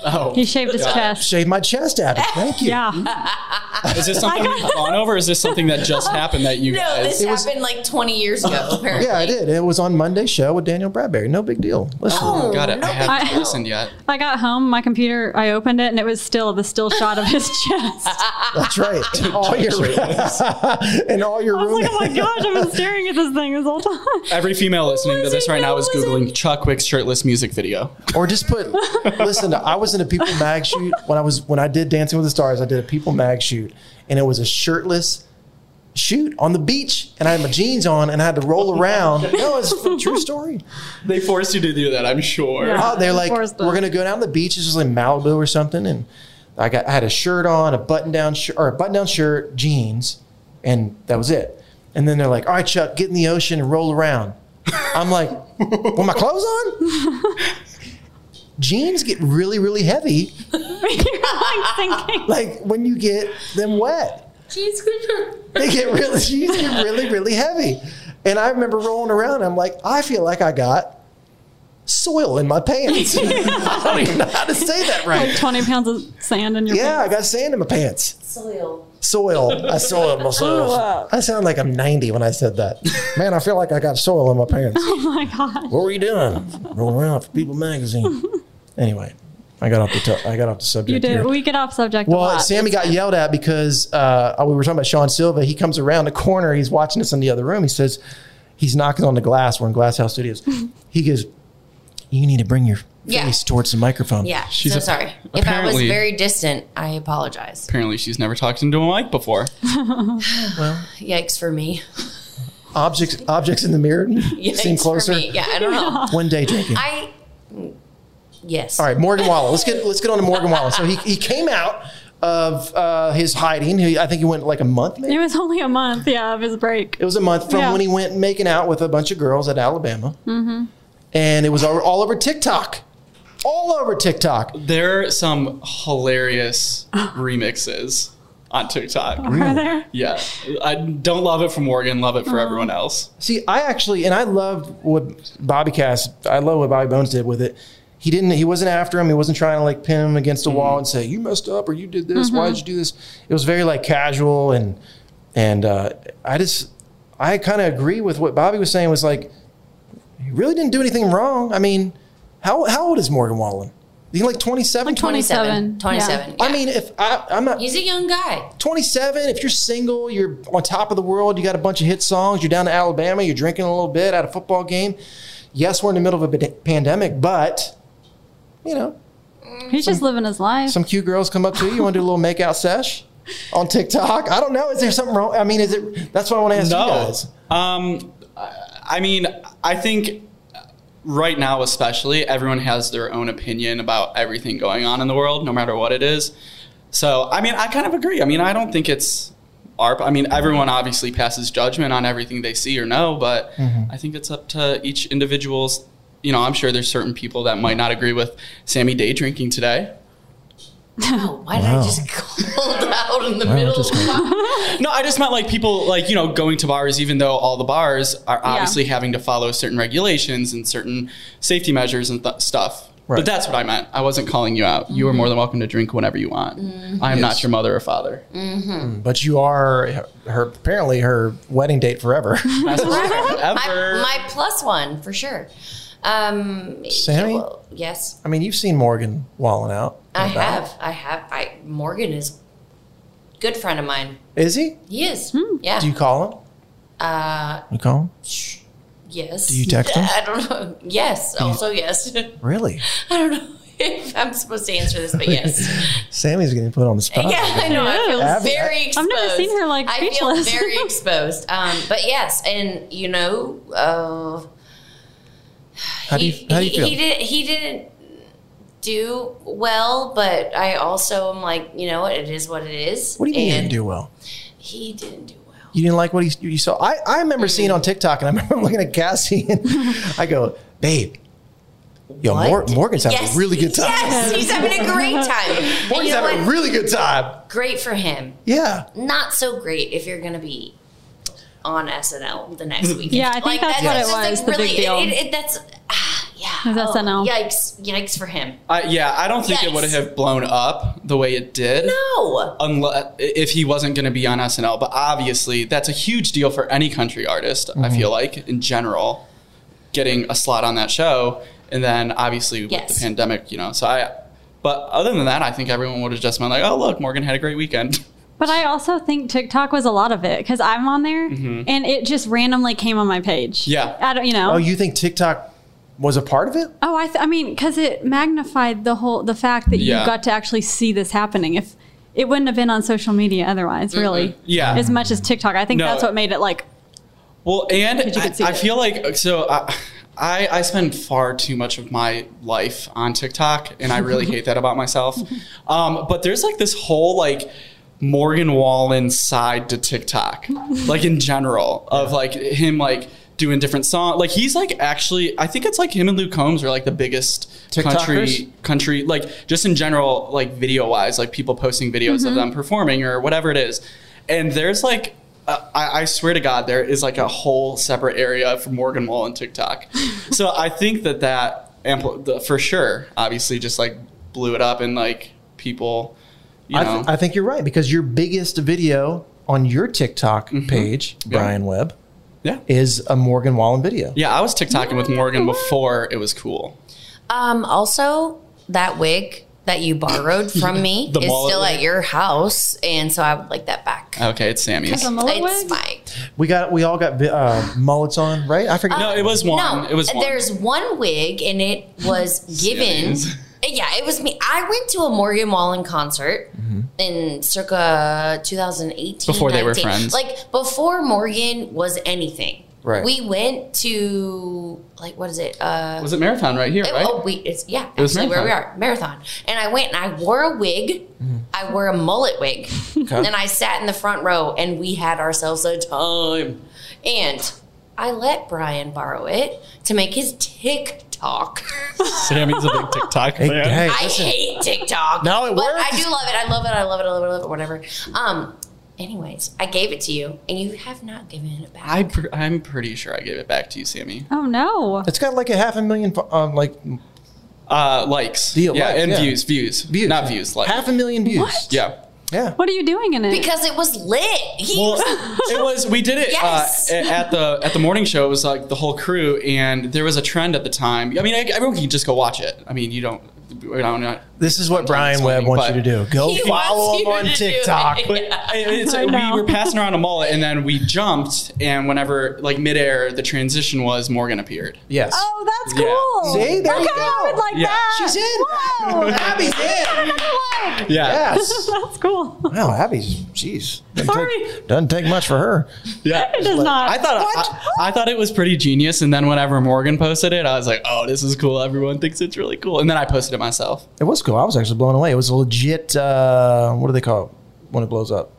[SPEAKER 6] Oh,
[SPEAKER 4] He shaved his chest.
[SPEAKER 3] Shaved my chest out. Thank you. Mm-hmm.
[SPEAKER 6] Is this something we've gone over? Or is this something that just happened that you
[SPEAKER 5] Oh. No,
[SPEAKER 6] guys?
[SPEAKER 5] this happened like 20 years ago. Apparently,
[SPEAKER 3] Yeah, I did. It was on Monday's show with Daniel Bradbury. No big deal. Listen.
[SPEAKER 6] Oh, got it. I haven't
[SPEAKER 4] I-
[SPEAKER 6] listened yet.
[SPEAKER 4] I got home, my computer, I opened it, and it was still the still shot of his chest.
[SPEAKER 3] That's right. all your and all your room.
[SPEAKER 4] oh my gosh, I've been staring at this thing this whole time.
[SPEAKER 6] Every female listening to this right now is googling Chuck Wick's shirtless music video.
[SPEAKER 3] Or just put. Listen, I was in a People Mag shoot when I was when I did Dancing with the Stars. I did a People Mag shoot, and it was a shirtless shoot on the beach, and I had my jeans on, and I had to roll around. No, it's a true story.
[SPEAKER 6] They forced you to do that, I'm sure.
[SPEAKER 3] Oh, they're like, we're gonna go down to the beach. It's just like Malibu or something, and I got I had a shirt on, a button down shirt or a button down shirt, jeans, and that was it. And then they're like, all right, Chuck, get in the ocean and roll around. I'm like, with my clothes on. Jeans get really, really heavy. Like when you get them wet,
[SPEAKER 5] Jeez,
[SPEAKER 3] they get really, jeans get really, really heavy. And I remember rolling around. I'm like, I feel like I got soil in my pants. I don't even know how to say that right.
[SPEAKER 4] Like 20 pounds of sand in your
[SPEAKER 3] yeah, I got sand in my pants.
[SPEAKER 5] Soil.
[SPEAKER 3] Soil. I soiled myself.
[SPEAKER 4] Oh, wow.
[SPEAKER 3] I sound like I'm 90 when I said that. Man, I feel like I got soil in my pants.
[SPEAKER 4] Oh my god.
[SPEAKER 3] What were you doing? Rolling around for People Magazine. Anyway, I got off the to- I got off the subject.
[SPEAKER 4] You did.
[SPEAKER 3] here.
[SPEAKER 4] We get off subject a
[SPEAKER 3] Well,
[SPEAKER 4] lot.
[SPEAKER 3] Sammy got yelled at because uh, we were talking about Sean Silva. He comes around the corner. He's watching us in the other room. He says, he's knocking on the glass. We're in Glass House Studios. he goes, you need to bring your face
[SPEAKER 5] Yeah.
[SPEAKER 3] towards the microphone.
[SPEAKER 5] Yeah,
[SPEAKER 6] She's
[SPEAKER 5] so
[SPEAKER 6] a-
[SPEAKER 5] sorry. If I was
[SPEAKER 6] apparently-
[SPEAKER 5] very distant, I apologize.
[SPEAKER 6] Apparently, she's never talked into a mic before.
[SPEAKER 5] Yikes for me.
[SPEAKER 3] Objects, objects in the mirror
[SPEAKER 5] Yikes
[SPEAKER 3] seem closer.
[SPEAKER 5] For me. Yeah, I don't know.
[SPEAKER 3] One day drinking.
[SPEAKER 5] I yes.
[SPEAKER 3] All right, Morgan Wallen. Let's get let's get on to Morgan Wallen. So he, he came out of uh, his hiding. He, I think he went like a month. Maybe.
[SPEAKER 4] it was only a month, yeah, of his break.
[SPEAKER 3] It was a month from
[SPEAKER 4] Yeah.
[SPEAKER 3] when he went making out with a bunch of girls at Alabama,
[SPEAKER 4] Mm-hmm.
[SPEAKER 3] and it was all, all over TikTok, all over TikTok.
[SPEAKER 6] There are some hilarious remixes on TikTok.
[SPEAKER 3] Really?
[SPEAKER 4] there?
[SPEAKER 6] Yeah. I don't love it for Morgan, love it for
[SPEAKER 3] Aw.
[SPEAKER 6] everyone else.
[SPEAKER 3] See, I actually and I loved what Bobby Cass. I love what Bobby Bones did with it. He didn't. He wasn't after him. He wasn't trying to like pin him against a wall and say you messed up or you did this. Why did
[SPEAKER 7] Mhm.
[SPEAKER 3] you do this? It was very like casual and and uh, I just I kind of agree with what Bobby was saying. Was like he really didn't do anything wrong. I mean, how how old is Morgan Wallen? He's like 27?
[SPEAKER 5] 27. 27,
[SPEAKER 3] I mean, if I, I'm not.
[SPEAKER 5] He's a young guy.
[SPEAKER 3] 27, if you're single, you're on top of the world, you got a bunch of hit songs, you're down to Alabama, you're drinking a little bit at a football game. Yes, we're in the middle of a bad- pandemic, but you know,
[SPEAKER 4] He's just living his life.
[SPEAKER 3] some cute girls come up to you, you want to do a little makeout sesh on TikTok? I don't know. Is there something wrong? I mean, is it that's why I want to ask you guys.
[SPEAKER 6] Um, I I mean, I think right now, especially, everyone has their own opinion about everything going on in the world, no matter what it is. So, I mean, I kind of agree. I mean, I don't think it's our. I mean, everyone obviously passes judgment on everything they see or know, but I think it's up to each individual's. You know, I'm sure there's certain people that might not agree with Sammy day drinking today.
[SPEAKER 5] No, Oh, why did I
[SPEAKER 6] Wow.
[SPEAKER 5] just called out in the
[SPEAKER 6] Wow,
[SPEAKER 5] middle?
[SPEAKER 6] just
[SPEAKER 5] Of
[SPEAKER 6] No, I just meant like people like you know going to bars, even though all the bars are
[SPEAKER 5] Yeah.
[SPEAKER 6] obviously having to follow certain regulations and certain safety measures and th- stuff.
[SPEAKER 3] Right.
[SPEAKER 6] But that's what I meant. I wasn't calling you out. You are more than welcome to drink whenever you want.
[SPEAKER 3] Mhm.
[SPEAKER 6] I am
[SPEAKER 3] Yes.
[SPEAKER 6] not your mother or father.
[SPEAKER 5] mm-hmm.
[SPEAKER 3] But you are her apparently her wedding date forever.
[SPEAKER 5] My, my plus one for sure. Um,
[SPEAKER 3] Sammy,
[SPEAKER 5] yes,
[SPEAKER 3] I mean you've seen Morgan walling out. and
[SPEAKER 5] I
[SPEAKER 3] about.
[SPEAKER 5] have. I have. I Morgan is a good friend of mine.
[SPEAKER 3] Is he?
[SPEAKER 5] He is.
[SPEAKER 4] Hmm.
[SPEAKER 5] Yeah.
[SPEAKER 3] Do you call him?
[SPEAKER 5] uh,
[SPEAKER 3] You call him?
[SPEAKER 5] yes.
[SPEAKER 3] Do you text him?
[SPEAKER 5] I don't know. Yes.
[SPEAKER 3] Do you-
[SPEAKER 5] Also yes.
[SPEAKER 3] Really?
[SPEAKER 5] I don't know if I'm supposed to answer this, but yes.
[SPEAKER 3] Sammy's getting put on the spot.
[SPEAKER 5] Yeah, I know. I feel
[SPEAKER 3] Abby,
[SPEAKER 5] very
[SPEAKER 3] I-
[SPEAKER 5] exposed.
[SPEAKER 4] never seen her, like,
[SPEAKER 5] I
[SPEAKER 4] speechless.
[SPEAKER 5] feel very exposed. Um, but yes, and you know, uh,
[SPEAKER 3] How do you how do you
[SPEAKER 5] he,
[SPEAKER 3] feel?
[SPEAKER 5] he did. He didn't do well, but I also am like, you know, what it is what it is.
[SPEAKER 3] What do you mean you
[SPEAKER 5] and
[SPEAKER 3] didn't do well?
[SPEAKER 5] He didn't do.
[SPEAKER 3] You didn't like what he you saw. I, I remember seeing on TikTok, and I remember looking at Cassie, and I go, "Babe, yo, Mor- Morgan's having
[SPEAKER 5] Yes.
[SPEAKER 3] a really good time.
[SPEAKER 5] Yes, he's having a great time. And
[SPEAKER 3] Morgan's
[SPEAKER 5] you know
[SPEAKER 3] having a
[SPEAKER 5] what?
[SPEAKER 3] really good time.
[SPEAKER 5] Great for him.
[SPEAKER 3] Yeah,
[SPEAKER 5] Not so great if you're going to be on SNL the next week.
[SPEAKER 4] Yeah, I think that's what it was, the big deal.
[SPEAKER 5] It, it, that's ah, yeah.
[SPEAKER 4] It was SNL.
[SPEAKER 5] Yikes! Yikes for him.
[SPEAKER 6] I, yeah, I don't think it would have blown up the way it did.
[SPEAKER 5] No.
[SPEAKER 6] Unless, if he wasn't going to be on SNL. But obviously, that's a huge deal for any country artist, I
[SPEAKER 3] Mhm.
[SPEAKER 6] feel like, in general, getting a slot on that show. And then obviously with
[SPEAKER 5] Yes.
[SPEAKER 6] the pandemic, you know. So I, but other than that, I think everyone would have just been like, oh, look, Morgan had a great weekend.
[SPEAKER 4] But I also think TikTok was a lot of it because I'm on there
[SPEAKER 6] Mhm.
[SPEAKER 4] and it just randomly came on my page.
[SPEAKER 6] Yeah.
[SPEAKER 4] I don't, you know.
[SPEAKER 3] Oh, you think TikTok was a part of it?
[SPEAKER 4] Oh, I, th- I mean, because it magnified the whole the fact that
[SPEAKER 3] Yeah.
[SPEAKER 4] you got to actually see this happening. If it wouldn't have been on social media otherwise, really.
[SPEAKER 6] Yeah.
[SPEAKER 4] As much as TikTok, I think
[SPEAKER 6] No.
[SPEAKER 4] that's what made it like.
[SPEAKER 6] Well, and
[SPEAKER 4] Because you could see
[SPEAKER 6] I, I
[SPEAKER 4] it.
[SPEAKER 6] feel like so I, I I spend far too much of my life on TikTok, and I really hate that about myself. Um, but there's like this whole like Morgan Wallen side to TikTok, like in general, of like him like doing different songs. Like he's like actually, I think it's like him and Luke Combs are like the biggest
[SPEAKER 3] TikTokers?
[SPEAKER 6] country country like just in general like video wise like people posting videos of
[SPEAKER 5] Mm-hmm.
[SPEAKER 3] Mhm.
[SPEAKER 6] them performing or whatever it is and there's like uh, I, I swear to god there is like a whole separate area for morgan wall and tiktok so i think that that ampl- the, for sure obviously just like blew it up and like people you
[SPEAKER 3] I,
[SPEAKER 6] know
[SPEAKER 3] th- I think you're right because your biggest video on your TikTok page, Brian Webb,
[SPEAKER 6] Mm-hmm. yeah,
[SPEAKER 3] is a Morgan Wallen video.
[SPEAKER 6] yeah i was tiktoking with morgan before it was cool
[SPEAKER 5] Um, also, that wig that you borrowed from me
[SPEAKER 6] The
[SPEAKER 5] is
[SPEAKER 6] mullet
[SPEAKER 5] still
[SPEAKER 6] wig.
[SPEAKER 5] at your house, and so I would like that back.
[SPEAKER 6] okay it's sammy's
[SPEAKER 5] it's my.
[SPEAKER 3] We got we all got vi- uh, mullets on, right? I forget.
[SPEAKER 6] no it was one
[SPEAKER 5] Uh, No,
[SPEAKER 6] it was one
[SPEAKER 5] there's one wig, and it was given.
[SPEAKER 6] Serious.
[SPEAKER 5] Yeah, it was me. I went to a Morgan Wallen concert in circa 2018.
[SPEAKER 6] Before they were
[SPEAKER 5] 19.
[SPEAKER 6] friends.
[SPEAKER 5] Like before Morgan was anything.
[SPEAKER 6] Right.
[SPEAKER 5] We went to like what is it? Uh,
[SPEAKER 6] was it marathon right here
[SPEAKER 5] it-
[SPEAKER 6] right
[SPEAKER 5] Oh, we it's yeah,
[SPEAKER 6] It was
[SPEAKER 5] actually where we
[SPEAKER 6] Marathon. Mm-hmm.
[SPEAKER 5] are, marathon. And I went and I wore a wig. I wore a mullet wig,
[SPEAKER 6] Okay.
[SPEAKER 5] and I sat in the front row, and we had ourselves a time. And I let Brian borrow it to make his TikTok.
[SPEAKER 6] sammy's a big tiktok fan
[SPEAKER 5] I hate TikTok.
[SPEAKER 6] No, it
[SPEAKER 5] but
[SPEAKER 6] works.
[SPEAKER 5] I do love it. I love it. I love it. I love it. I love it. Whatever. Um. Anyways, I gave it to you, and you have not given it back.
[SPEAKER 6] I pr- I'm pretty sure I gave it back to you, Sammy.
[SPEAKER 4] Oh no!
[SPEAKER 3] It's got like a half a million fo- um, like
[SPEAKER 6] Uh, likes. Yeah,
[SPEAKER 3] likes,
[SPEAKER 6] and
[SPEAKER 3] yeah.
[SPEAKER 6] views, views, views, not views, likes.
[SPEAKER 3] half a million views.
[SPEAKER 6] Yeah.
[SPEAKER 4] What are you doing in it?
[SPEAKER 5] Because it was lit. He
[SPEAKER 6] Well,
[SPEAKER 5] was
[SPEAKER 6] it was. We did it
[SPEAKER 5] Yes.
[SPEAKER 6] uh, a- at the at the morning show. It was like the whole crew, and there was a trend at the time. I mean, I- everyone can just go watch it. I mean, you don't. We're not, we're not
[SPEAKER 3] This is what Brian Webb wants you to do. Go
[SPEAKER 6] He
[SPEAKER 3] follow
[SPEAKER 6] wants
[SPEAKER 3] him
[SPEAKER 6] you
[SPEAKER 3] on
[SPEAKER 6] to do it.
[SPEAKER 3] TikTok.
[SPEAKER 6] But I- it's- we were passing around a mullet, and then we jumped, and whenever like midair, the transition was Morgan appeared.
[SPEAKER 3] Yes.
[SPEAKER 4] Oh,
[SPEAKER 6] that's cool.
[SPEAKER 3] See, there you
[SPEAKER 4] Okay,
[SPEAKER 3] go.
[SPEAKER 4] I would like
[SPEAKER 6] Yeah.
[SPEAKER 4] that.
[SPEAKER 3] She's in.
[SPEAKER 4] Whoa.
[SPEAKER 3] Abby's
[SPEAKER 4] in.
[SPEAKER 6] Yeah.
[SPEAKER 3] Yes.
[SPEAKER 4] that's cool.
[SPEAKER 3] Wow, Abby's, jeez. Doesn't
[SPEAKER 4] Sorry.
[SPEAKER 3] Take, doesn't take much for her.
[SPEAKER 6] Yeah,
[SPEAKER 4] It does not.
[SPEAKER 6] I thought I, I thought it was pretty genius, and then whenever Morgan posted it, I was like, "Oh, this is cool. Everyone thinks it's really cool." And then I posted it myself.
[SPEAKER 3] It was cool. I was actually blown away. It was a legit, uh, what do they call it when it blows up?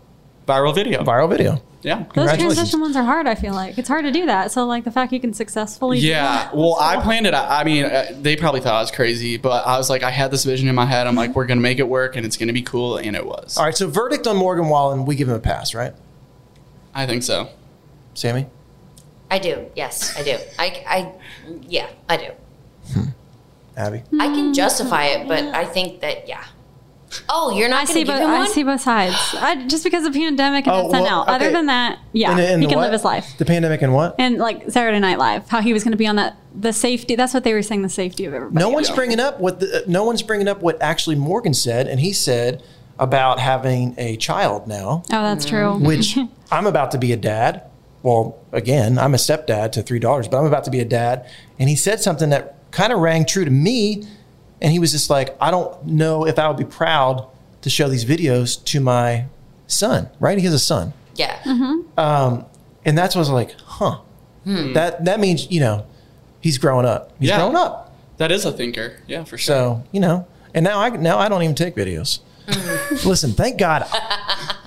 [SPEAKER 6] viral video.
[SPEAKER 3] Viral video.
[SPEAKER 6] Yeah.
[SPEAKER 4] Those transition ones are hard. I feel like it's hard to do that. So like the fact you can successfully do
[SPEAKER 6] Yeah.
[SPEAKER 4] that-
[SPEAKER 6] Well, I planned it. I I mean, uh, they probably thought I was crazy, but I was like, I had this vision in my head. I'm like, we're going to make it work and it's going to be cool. And it was.
[SPEAKER 3] All right, so verdict on Morgan Wallen, we give him a pass, right?
[SPEAKER 6] I think so.
[SPEAKER 3] Sammy?
[SPEAKER 5] I do. Yes, I do. I, I yeah, I do.
[SPEAKER 6] Hmm.
[SPEAKER 3] Abby?
[SPEAKER 5] I can justify it, but I think that yeah. Oh, you're
[SPEAKER 4] I
[SPEAKER 5] not
[SPEAKER 4] see,
[SPEAKER 5] going to give
[SPEAKER 4] both,
[SPEAKER 5] him
[SPEAKER 4] I
[SPEAKER 5] one?
[SPEAKER 4] see both sides. I, just because of the pandemic and
[SPEAKER 3] Oh,
[SPEAKER 4] that's not
[SPEAKER 3] well,
[SPEAKER 4] out. Other
[SPEAKER 3] okay.
[SPEAKER 4] than that, yeah,
[SPEAKER 3] And- and
[SPEAKER 4] he
[SPEAKER 3] the
[SPEAKER 4] can
[SPEAKER 3] what?
[SPEAKER 4] live his life.
[SPEAKER 3] The pandemic and what?
[SPEAKER 4] And like Saturday Night Live, how he was going to be on that the safety. That's what they were saying. The safety of everybody.
[SPEAKER 3] No one's bringing up what the, no one's bringing up what actually Morgan said, and he said about having a child now.
[SPEAKER 4] Oh,
[SPEAKER 6] Mm.
[SPEAKER 4] that's true.
[SPEAKER 3] Which I'm about to be a dad. Well, again, I'm a stepdad to three daughters, but I'm about to be a dad. And he said something that kind of rang true to me. And he was just like, I don't know if I would be proud to show these videos to my son. Right? He has a son.
[SPEAKER 5] Yeah.
[SPEAKER 4] Mm-hmm.
[SPEAKER 3] Um, and that's what I was like, huh.
[SPEAKER 6] Hmm.
[SPEAKER 3] That that means you know he's growing up. He's
[SPEAKER 6] Yeah.
[SPEAKER 3] grown up.
[SPEAKER 6] That is a thinker. Yeah, for sure.
[SPEAKER 3] So you know, and now I now I don't even take videos.
[SPEAKER 5] Mm.
[SPEAKER 3] Listen, thank God.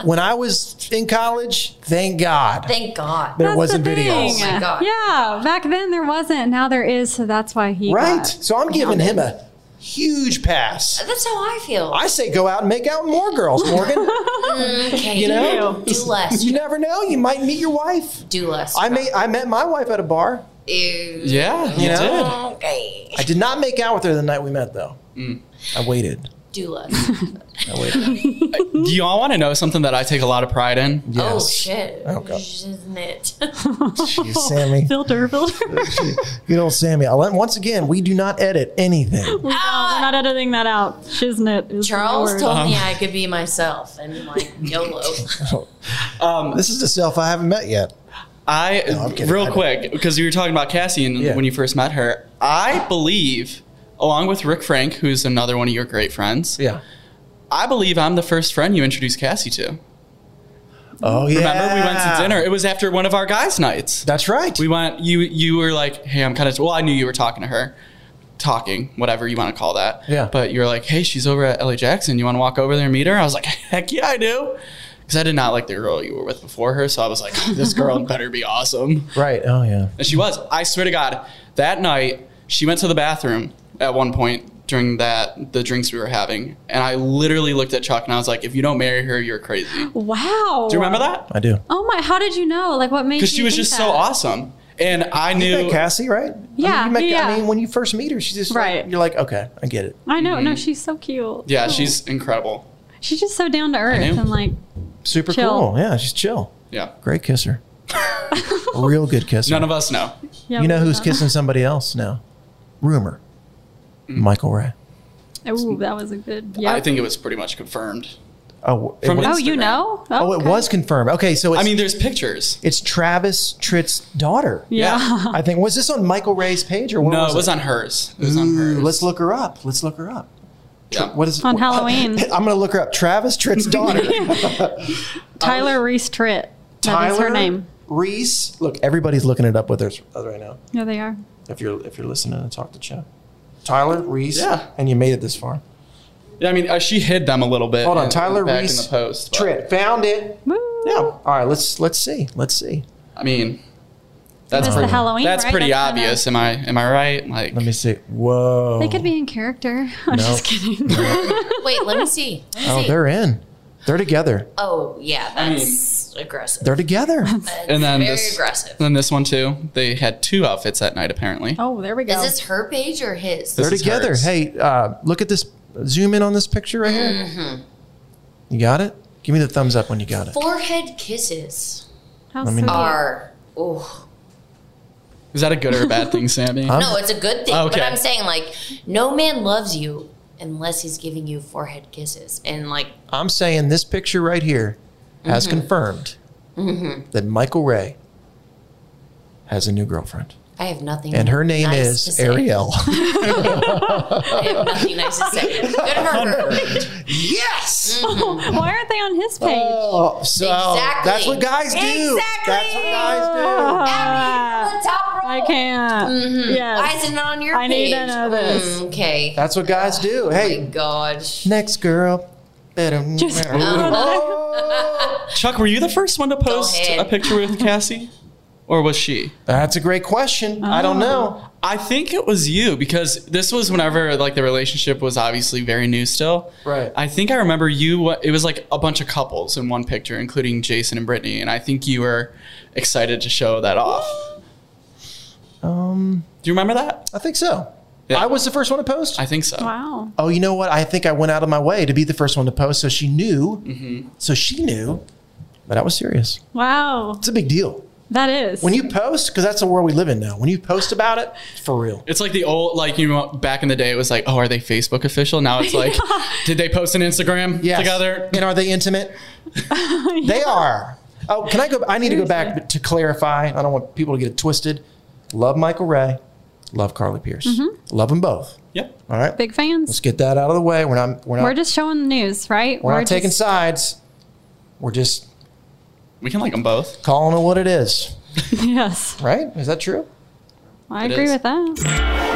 [SPEAKER 3] When I was in college, thank God
[SPEAKER 5] Thank God. Oh,
[SPEAKER 3] there wasn't videos.
[SPEAKER 4] Thing. Yeah, back then there wasn't. Now there is, so that's why he
[SPEAKER 3] Right.
[SPEAKER 4] got-
[SPEAKER 3] So I'm giving him a huge pass.
[SPEAKER 5] That's how I feel.
[SPEAKER 3] I say go out and make out with more girls, Morgan.
[SPEAKER 5] okay.
[SPEAKER 3] you know,
[SPEAKER 5] Do less.
[SPEAKER 3] You never know. You might meet your wife.
[SPEAKER 5] Do less.
[SPEAKER 3] I may, I met my wife at a bar.
[SPEAKER 5] Ew.
[SPEAKER 6] Yeah,
[SPEAKER 3] you did.
[SPEAKER 5] Oh, Okay.
[SPEAKER 3] I did not make out with her the night we met, though. I waited.
[SPEAKER 5] Do less.
[SPEAKER 3] I waited.
[SPEAKER 6] Do y'all want to know something that I take a lot of pride in?
[SPEAKER 5] Oh shit.
[SPEAKER 3] Oh, God.
[SPEAKER 5] Isn't it?
[SPEAKER 3] Jeez, Sammy.
[SPEAKER 4] filter, filter.
[SPEAKER 3] Good old Sammy. I'll let- Once again, we do not edit anything.
[SPEAKER 4] No, we're not editing that out. Shiznit. Is the
[SPEAKER 5] Ah! Charles
[SPEAKER 4] word.
[SPEAKER 5] told me
[SPEAKER 3] Uh-huh.
[SPEAKER 5] I could be myself, and like
[SPEAKER 3] Oh.
[SPEAKER 5] YOLO.
[SPEAKER 4] Oh.
[SPEAKER 6] Um,
[SPEAKER 3] this is the self I haven't met yet.
[SPEAKER 6] I
[SPEAKER 3] kidding. I
[SPEAKER 6] real
[SPEAKER 3] don't-
[SPEAKER 6] quick because you were talking about Cassie and when you first met her. I believe, along with Rick Frank, who's another one of your great friends.
[SPEAKER 3] Yeah.
[SPEAKER 6] I believe I'm the first friend you introduced Cassie to.
[SPEAKER 3] Oh yeah.
[SPEAKER 6] Remember we went to dinner. It was after one of our guys' nights.
[SPEAKER 3] That's right.
[SPEAKER 6] We went. You you were like, hey, I'm kind of. Well, I knew you were talking to her, talking, whatever you want to call that.
[SPEAKER 3] Yeah.
[SPEAKER 6] But you were like, hey, she's over at LA Jackson. You want to walk over there and meet her? I was like, heck yeah, I do. Because I did not like the girl you were with before her, so I was like, "Ah, this girl better be awesome.
[SPEAKER 3] Right. Oh yeah.
[SPEAKER 6] And she was. I swear to God, that night she went to the bathroom at one point during that the drinks we were having, and I literally looked at Chuck and I was like, "If you don't marry her, you're crazy." Do
[SPEAKER 4] Wow.
[SPEAKER 6] you remember that?
[SPEAKER 3] I do.
[SPEAKER 4] Oh my! How did you know? Like, what made?
[SPEAKER 6] Because she
[SPEAKER 4] you
[SPEAKER 6] was
[SPEAKER 4] think
[SPEAKER 6] just
[SPEAKER 4] that?
[SPEAKER 6] so awesome, and I
[SPEAKER 3] You
[SPEAKER 6] knew
[SPEAKER 3] met Cassie, right?
[SPEAKER 4] Yeah,
[SPEAKER 3] I mean, you met-
[SPEAKER 4] yeah.
[SPEAKER 3] I mean, when you first meet her, she's just
[SPEAKER 4] Right.
[SPEAKER 3] Like, you're like, okay, I get it.
[SPEAKER 4] I know.
[SPEAKER 5] Mm-hmm.
[SPEAKER 4] No, she's so cute.
[SPEAKER 6] Yeah,
[SPEAKER 4] Oh.
[SPEAKER 6] she's incredible.
[SPEAKER 4] she's just so down to earth
[SPEAKER 6] knew.
[SPEAKER 4] and like
[SPEAKER 3] Super
[SPEAKER 4] Chill.
[SPEAKER 3] cool. Yeah, she's chill.
[SPEAKER 6] Yeah.
[SPEAKER 3] Great kisser. Real good kisser.
[SPEAKER 6] None of us know.
[SPEAKER 4] yeah,
[SPEAKER 3] you know
[SPEAKER 4] we
[SPEAKER 3] who's
[SPEAKER 4] don't-
[SPEAKER 3] kissing somebody else now? Rumor.
[SPEAKER 6] Mm.
[SPEAKER 3] Michael Ray.
[SPEAKER 4] Ooh, that was a good. Yeah.
[SPEAKER 6] I think it was pretty much confirmed.
[SPEAKER 3] Oh, it
[SPEAKER 6] From
[SPEAKER 3] was,
[SPEAKER 4] Oh, you know?
[SPEAKER 3] oh, it
[SPEAKER 4] Okay.
[SPEAKER 3] was confirmed. Okay, so it's,
[SPEAKER 6] I mean, there's pictures.
[SPEAKER 3] it's Travis Tritt's daughter.
[SPEAKER 4] Yeah.
[SPEAKER 3] I think was this on Michael Ray's page or what
[SPEAKER 6] no,
[SPEAKER 3] was
[SPEAKER 6] it was
[SPEAKER 3] it?
[SPEAKER 6] on hers. It was on
[SPEAKER 3] Ooh,
[SPEAKER 6] hers.
[SPEAKER 3] Let's look her up. Let's look her up.
[SPEAKER 6] Yeah.
[SPEAKER 3] What is
[SPEAKER 4] On Halloween.
[SPEAKER 3] I'm gonna look her up. Travis Tritt's daughter.
[SPEAKER 4] Tyler Reese Tritt. That is her
[SPEAKER 3] Tyler?
[SPEAKER 4] name.
[SPEAKER 3] Reese. Look, everybody's looking it up with us right now.
[SPEAKER 4] Yeah, they are.
[SPEAKER 3] If you're if you're listening to talk to Chad. Tyler Reese.
[SPEAKER 6] Yeah.
[SPEAKER 3] And you made it this far.
[SPEAKER 6] Yeah, I mean, uh, she hid them a little bit.
[SPEAKER 3] Hold on,
[SPEAKER 6] in-
[SPEAKER 3] Tyler
[SPEAKER 6] back
[SPEAKER 3] Reese
[SPEAKER 6] in the post. but,
[SPEAKER 3] Tritt. Found it.
[SPEAKER 4] Woo.
[SPEAKER 3] Yeah. All right, let's let's see. Let's see.
[SPEAKER 6] I mean, that's
[SPEAKER 4] That's the
[SPEAKER 6] pretty,
[SPEAKER 4] Halloween,
[SPEAKER 6] That's
[SPEAKER 4] right?
[SPEAKER 6] pretty
[SPEAKER 4] That's kinda-
[SPEAKER 6] obvious. Am I am I right? Like,
[SPEAKER 3] Let me see. Whoa.
[SPEAKER 4] They could be in character. I'm
[SPEAKER 3] No.
[SPEAKER 4] just kidding.
[SPEAKER 5] Wait, let me see. Let me
[SPEAKER 3] Oh,
[SPEAKER 5] see.
[SPEAKER 3] they're in. They're together.
[SPEAKER 5] Oh yeah,
[SPEAKER 6] I mean-
[SPEAKER 5] that's aggressive.
[SPEAKER 3] They're together.
[SPEAKER 5] That's
[SPEAKER 6] and then
[SPEAKER 5] very
[SPEAKER 6] this,
[SPEAKER 5] aggressive.
[SPEAKER 6] Then this one too. They had two outfits that night apparently.
[SPEAKER 4] oh, there we go.
[SPEAKER 5] Is this her page or
[SPEAKER 6] This
[SPEAKER 5] his?
[SPEAKER 3] They're
[SPEAKER 6] is
[SPEAKER 3] together.
[SPEAKER 6] hers.
[SPEAKER 3] Hey, uh, look at this. Zoom in on this picture right here.
[SPEAKER 6] Mm.
[SPEAKER 5] Mm-hmm.
[SPEAKER 3] You got it? Give me the thumbs up when you got it.
[SPEAKER 5] Forehead kisses
[SPEAKER 4] How
[SPEAKER 3] let me
[SPEAKER 4] sweet.
[SPEAKER 3] know.
[SPEAKER 5] are. Oh
[SPEAKER 6] Is that a good or a bad thing, Sammy?
[SPEAKER 3] Huh?
[SPEAKER 5] no, it's a good thing.
[SPEAKER 6] Okay.
[SPEAKER 5] But I'm saying like, no man loves you unless he's giving you forehead kisses, and like,
[SPEAKER 3] I'm saying this picture right here has
[SPEAKER 5] Mm-hmm.
[SPEAKER 3] confirmed that Michael Ray has a new girlfriend.
[SPEAKER 5] I have nothing.
[SPEAKER 3] And her name
[SPEAKER 5] nice to
[SPEAKER 3] is
[SPEAKER 5] say.
[SPEAKER 3] Ariel.
[SPEAKER 5] I have nothing nice to say. Good for her.
[SPEAKER 3] yes!
[SPEAKER 4] Why aren't they on his page?
[SPEAKER 3] Oh, so
[SPEAKER 5] Exactly.
[SPEAKER 3] that's what guys do.
[SPEAKER 5] Exactly.
[SPEAKER 3] That's what guys do.
[SPEAKER 5] Abby, the top
[SPEAKER 4] I
[SPEAKER 5] row. Mm-hmm.
[SPEAKER 4] can't. Yes.
[SPEAKER 5] Why is it not on your
[SPEAKER 4] I
[SPEAKER 5] page?
[SPEAKER 4] need to know this.
[SPEAKER 5] Mm, okay. Oh
[SPEAKER 3] That's what guys do. Hey,
[SPEAKER 5] Gosh. Uh-huh.
[SPEAKER 3] next girl. Better.
[SPEAKER 4] Just-
[SPEAKER 3] oh,
[SPEAKER 6] Chuck, were you the first one to post
[SPEAKER 7] ahead.
[SPEAKER 6] a picture with Cassie? Or was she?
[SPEAKER 7] That's a great question. I
[SPEAKER 4] Oh.
[SPEAKER 6] Oh.
[SPEAKER 7] don't know.
[SPEAKER 6] I think it was you because this was whenever like the relationship was obviously very new still.
[SPEAKER 7] Right.
[SPEAKER 6] I think I remember you. It was like a bunch of couples in one picture, including Jason and Brittany, and I think you were excited to show that off.
[SPEAKER 7] Um,
[SPEAKER 6] Do you remember that?
[SPEAKER 7] I think so. I was the first one to post.
[SPEAKER 6] I think so.
[SPEAKER 4] Wow.
[SPEAKER 7] Oh, you know what? I think I went out of my way to be the first one to post, so she knew. So she knew that I was serious.
[SPEAKER 4] Wow.
[SPEAKER 7] It's a big deal
[SPEAKER 4] That is.
[SPEAKER 7] when you post because that's the world we live in now. When you post about it, it's for real.
[SPEAKER 6] It's like the old, like you know, back in the day, it was like, oh, are they Facebook official? Now it's like, did they post an Instagram
[SPEAKER 7] Yes.
[SPEAKER 6] together?
[SPEAKER 7] And are they intimate? They are. Oh, can I go? I need to go back to clarify. I don't want people to get it twisted. Love Michael Ray. Love Carly Pierce.
[SPEAKER 4] Mhm.
[SPEAKER 7] Love them both.
[SPEAKER 6] Yep.
[SPEAKER 7] All right.
[SPEAKER 4] Big fans.
[SPEAKER 7] Let's get that out of the way. We're not. We're
[SPEAKER 4] We're,
[SPEAKER 7] not. We're,
[SPEAKER 4] just showing the news, right?
[SPEAKER 7] not taking
[SPEAKER 4] just-
[SPEAKER 7] sides. We're just.
[SPEAKER 6] We can like them both.
[SPEAKER 7] Calling it what it is.
[SPEAKER 4] yes.
[SPEAKER 7] Right? Is that true?
[SPEAKER 4] I
[SPEAKER 7] It
[SPEAKER 4] agree
[SPEAKER 7] is.
[SPEAKER 4] with that.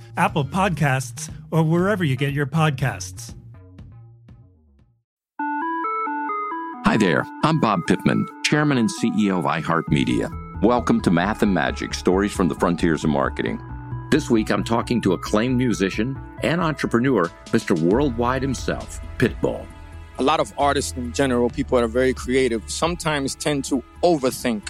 [SPEAKER 8] Apple Podcasts, or wherever you get your podcasts.
[SPEAKER 1] Hi there, I'm Bob Pittman, Chairman and CEO of iHeartMedia. Welcome to Math and Magic Stories from the Frontiers of Marketing. This week, I'm talking to acclaimed musician and entrepreneur, Mr. Worldwide himself, Pitbull.
[SPEAKER 9] a lot of artists in general, people that are very creative, sometimes tend to overthink.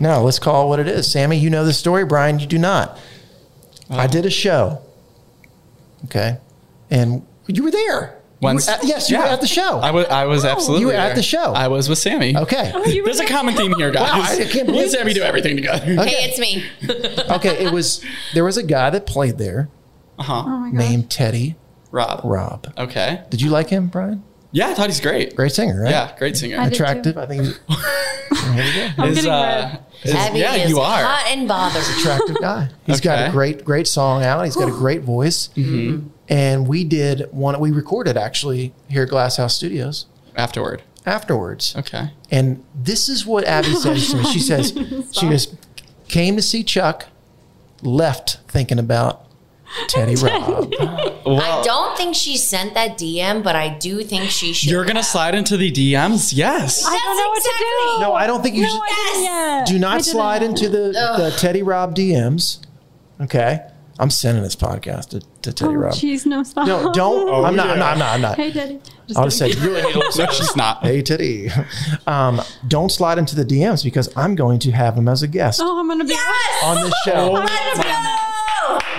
[SPEAKER 3] No, let's call it what it is. Sammy, you know the story. Brian, you do not. I did a show. Okay. And you were there.
[SPEAKER 6] Once,
[SPEAKER 3] You were at- yes, you were at the show.
[SPEAKER 6] I was. I was absolutely.
[SPEAKER 3] you were at
[SPEAKER 6] there.
[SPEAKER 3] the show.
[SPEAKER 6] I was with Sammy.
[SPEAKER 3] Okay.
[SPEAKER 6] There's a common theme here, guys.
[SPEAKER 3] Wow, I can't
[SPEAKER 6] Me
[SPEAKER 3] believe
[SPEAKER 6] and Sammy do
[SPEAKER 3] this.
[SPEAKER 6] everything together.
[SPEAKER 5] Hey, it's me.
[SPEAKER 3] okay, it was there was a guy that played there
[SPEAKER 6] Uh-huh.
[SPEAKER 3] named Teddy
[SPEAKER 6] Rob.
[SPEAKER 3] Rob.
[SPEAKER 6] Okay.
[SPEAKER 3] Did you like him, Brian?
[SPEAKER 6] Yeah, I thought he's great.
[SPEAKER 3] Great singer, right?
[SPEAKER 6] Yeah, great singer.
[SPEAKER 3] Attractive. I think he's
[SPEAKER 6] I'm getting red.
[SPEAKER 5] Abby
[SPEAKER 6] yeah,
[SPEAKER 5] is
[SPEAKER 6] you are.
[SPEAKER 5] hot and bothered.
[SPEAKER 3] attractive guy. He's got a
[SPEAKER 6] Okay. Mm-hmm.
[SPEAKER 3] great, great song out. He's got a great voice. And we did one we recorded actually here at Glass House Studios
[SPEAKER 6] Afterward.
[SPEAKER 3] afterwards.
[SPEAKER 6] Okay.
[SPEAKER 3] And this is what Abby says to me. She says, she just came to see Chuck, left thinking about Teddy Rob.
[SPEAKER 5] I don't think she sent that DM, but I do think she should.
[SPEAKER 6] You're gonna slide into the DMs. Yes.
[SPEAKER 5] That's exactly.
[SPEAKER 3] No, I don't think you should.
[SPEAKER 5] Yes.
[SPEAKER 3] Do not slide into the, the Teddy Rob DMs. Okay. I'm sending this podcast to, to Teddy Rob.
[SPEAKER 4] Oh, Jeez, no stop.
[SPEAKER 3] No, don't. I'm, not, I'm not. I'm not. I'm not.
[SPEAKER 4] Hey, Daddy.
[SPEAKER 3] I'll just say,
[SPEAKER 4] kidding.
[SPEAKER 3] you really need to listen
[SPEAKER 6] No, she's not.
[SPEAKER 3] Hey, Teddy. Um, don't slide into the DMs because I'm going to have him as a guest
[SPEAKER 4] Oh, I'm gonna be.
[SPEAKER 3] on this show.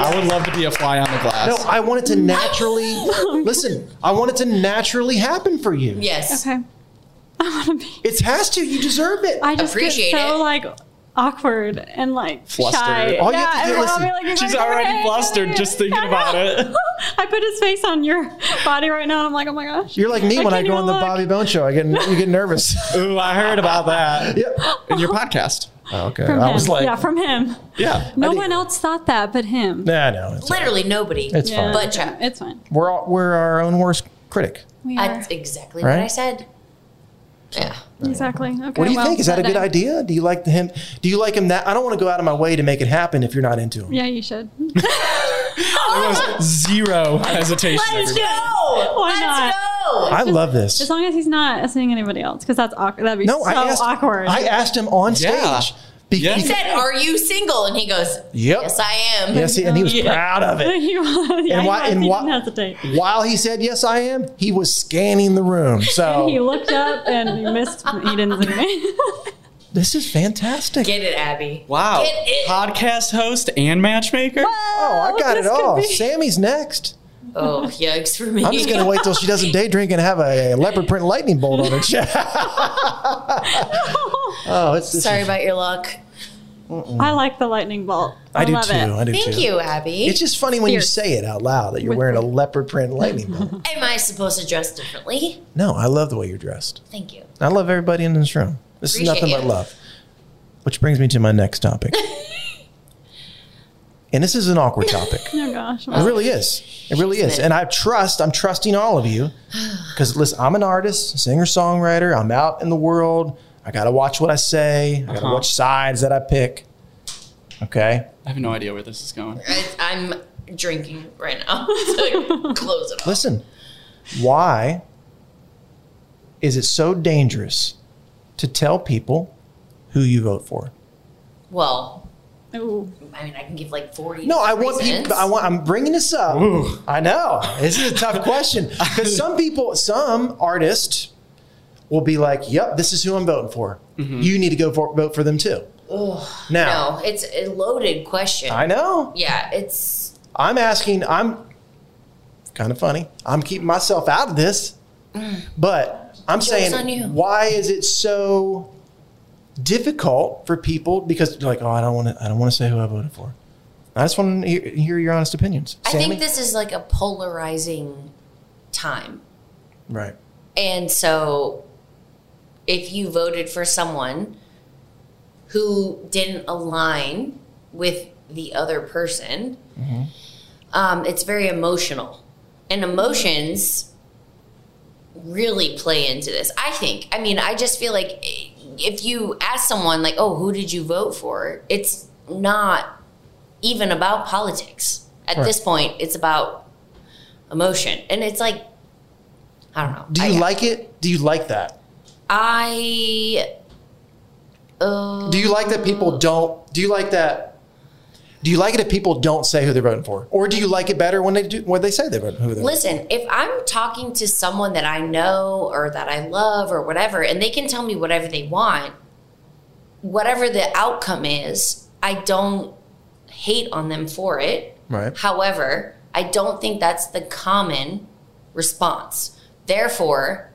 [SPEAKER 6] I would love to be a fly on the
[SPEAKER 3] No,
[SPEAKER 6] glass.
[SPEAKER 3] I want it to naturally. listen, I want it to naturally happen for you.
[SPEAKER 5] Yes.
[SPEAKER 4] Okay.
[SPEAKER 3] It has to. You deserve it.
[SPEAKER 4] I just
[SPEAKER 5] Appreciate
[SPEAKER 4] get so
[SPEAKER 5] it.
[SPEAKER 4] like awkward and like
[SPEAKER 6] Flustered.
[SPEAKER 4] shy.
[SPEAKER 6] All
[SPEAKER 3] you have to do-
[SPEAKER 4] and I'll
[SPEAKER 3] listen,
[SPEAKER 4] be like,
[SPEAKER 6] She's
[SPEAKER 4] "Hey,
[SPEAKER 6] already
[SPEAKER 4] hey,
[SPEAKER 6] flustered
[SPEAKER 4] hey."
[SPEAKER 6] just thinking about it.
[SPEAKER 4] I put his face on your body right now, and I'm like, oh my gosh.
[SPEAKER 3] You're like me when I
[SPEAKER 4] can't
[SPEAKER 3] go on
[SPEAKER 4] even
[SPEAKER 3] the
[SPEAKER 4] look.
[SPEAKER 3] Bobby Bone show. I get you get nervous.
[SPEAKER 6] Ooh, I heard about that
[SPEAKER 3] yep.
[SPEAKER 6] in your podcast.
[SPEAKER 3] Oh, okay.
[SPEAKER 4] From
[SPEAKER 3] I
[SPEAKER 4] him.
[SPEAKER 3] was like,
[SPEAKER 4] yeah, from him.
[SPEAKER 6] Yeah.
[SPEAKER 4] No one else thought that but him.
[SPEAKER 3] nah, no. It's,
[SPEAKER 5] Literally nobody.
[SPEAKER 3] it's
[SPEAKER 4] Yeah,
[SPEAKER 3] fine.
[SPEAKER 5] But Chuck.
[SPEAKER 4] it's fine.
[SPEAKER 3] We're all, we're our own worst critic.
[SPEAKER 4] We are.
[SPEAKER 5] That's exactly
[SPEAKER 3] Right?
[SPEAKER 5] what I said. Yeah.
[SPEAKER 4] exactly. Okay.
[SPEAKER 3] What do you
[SPEAKER 4] well,
[SPEAKER 3] think? Is that a
[SPEAKER 4] then-
[SPEAKER 3] good idea? Do you like him? Do you like him that? I don't want to go out of my way to make it happen if you're not into him.
[SPEAKER 4] Yeah, you should.
[SPEAKER 6] Zero hesitation.
[SPEAKER 5] Let's
[SPEAKER 6] everybody.
[SPEAKER 5] go.
[SPEAKER 4] Why
[SPEAKER 5] Let's
[SPEAKER 4] not?
[SPEAKER 5] go.
[SPEAKER 3] I love this.
[SPEAKER 4] As long as he's not seeing anybody else, because that's awkward. That'd be
[SPEAKER 3] No,
[SPEAKER 4] so
[SPEAKER 3] I asked.
[SPEAKER 4] awkward.
[SPEAKER 3] I asked him on stage.
[SPEAKER 6] Yeah.
[SPEAKER 5] He
[SPEAKER 3] because-
[SPEAKER 5] said, "Are you single?" And he goes,
[SPEAKER 3] Yep.
[SPEAKER 5] "Yes, I am."
[SPEAKER 3] Yes, he- and he was
[SPEAKER 4] Yeah.
[SPEAKER 3] proud of it.
[SPEAKER 4] He
[SPEAKER 5] Oh.
[SPEAKER 4] was- yeah,
[SPEAKER 3] And
[SPEAKER 4] he
[SPEAKER 3] why-
[SPEAKER 4] was.
[SPEAKER 3] and
[SPEAKER 4] He
[SPEAKER 3] why-
[SPEAKER 4] didn't hesitate.
[SPEAKER 3] While he said yes, I am, he was scanning the room.
[SPEAKER 4] And he
[SPEAKER 3] So
[SPEAKER 4] looked up and he missed. He didn't see me.
[SPEAKER 3] this is fantastic.
[SPEAKER 5] Get it, Abby.
[SPEAKER 6] Wow.
[SPEAKER 5] Get it.
[SPEAKER 6] Podcast host and matchmaker.
[SPEAKER 3] oh, I got it
[SPEAKER 4] This could
[SPEAKER 3] all.
[SPEAKER 4] be-
[SPEAKER 3] Sammy's next.
[SPEAKER 5] Oh, yikes for me.
[SPEAKER 3] I'm just gonna wait till she doesn't day drink and have a, leopard print lightning bolt on her chest. oh, it's this
[SPEAKER 5] Sorry
[SPEAKER 3] is-
[SPEAKER 5] about your luck.
[SPEAKER 4] I like the lightning bolt. Oh, I,
[SPEAKER 3] I do
[SPEAKER 4] love
[SPEAKER 3] too.
[SPEAKER 4] It.
[SPEAKER 3] I do
[SPEAKER 5] Thank
[SPEAKER 3] too.
[SPEAKER 5] you, Abby.
[SPEAKER 3] It's just funny when you
[SPEAKER 4] Fierce.
[SPEAKER 3] say it out loud that you're wearing a leopard print lightning bolt.
[SPEAKER 5] Am I supposed to dress differently?
[SPEAKER 3] No, I love the way you're dressed.
[SPEAKER 5] Thank you.
[SPEAKER 3] I love everybody in this room. This
[SPEAKER 5] Appreciate
[SPEAKER 3] is nothing but
[SPEAKER 5] you.
[SPEAKER 3] love. Which brings me to my next topic. and this is an awkward topic.
[SPEAKER 4] Oh gosh.
[SPEAKER 3] It really is. It really is. And I trust, I'm trusting all of you because listen, I'm an artist, singer songwriter. I'm out in the world. I got to watch what I say, I got to
[SPEAKER 6] Uh-huh.
[SPEAKER 3] watch sides that I pick. Okay.
[SPEAKER 6] I have no idea where this is going.
[SPEAKER 5] I, I'm drinking right now. So close it off.
[SPEAKER 3] Listen, why is it so dangerous to tell people who you vote for?
[SPEAKER 5] Well,
[SPEAKER 4] Ooh.
[SPEAKER 5] I mean, I can give like 40.
[SPEAKER 3] No, I want
[SPEAKER 5] reasons.
[SPEAKER 3] people. I want. I'm bringing this up. I know this is a tough question because some people, some artists, will be like, "Yep, this is who I'm voting for. You need to go for, vote for them too." now,
[SPEAKER 5] No, it's a loaded question.
[SPEAKER 3] I know.
[SPEAKER 5] Yeah, it's.
[SPEAKER 3] I'm asking. I'm kind of funny. I'm keeping myself out of this, but I'm
[SPEAKER 5] Mm. on you.
[SPEAKER 3] saying, why is it so difficult for people? Because they're like, "Oh, I don't want to. I don't want to say who I voted for." I just want to hear, hear your honest opinions.
[SPEAKER 5] I
[SPEAKER 3] Sammy?
[SPEAKER 5] think this is like a polarizing time.
[SPEAKER 3] right.
[SPEAKER 5] And so if you voted for someone who didn't align with the other person, um, it's very emotional. And emotions really play into this. I think. I mean, I just feel like eh, if you ask someone, like, oh, who did you vote for? It's not even about politics. At
[SPEAKER 3] Right.
[SPEAKER 5] this point, it's about emotion. And it's like, I don't know.
[SPEAKER 3] Do you
[SPEAKER 5] I-
[SPEAKER 3] like it? Do you like that?
[SPEAKER 5] I. Uh,
[SPEAKER 3] Do you like that people
[SPEAKER 5] Mm.
[SPEAKER 3] don't? Do you like that? Do you like it if people don't say who they're voting for, or do you like it better when they do when they say they're voting who they're?
[SPEAKER 5] listen, if I'm talking to someone that I know or that I love or whatever, and they can tell me whatever they want, whatever the outcome is, I don't hate on them for it.
[SPEAKER 7] Right.
[SPEAKER 5] However, I don't think that's the common response. Therefore,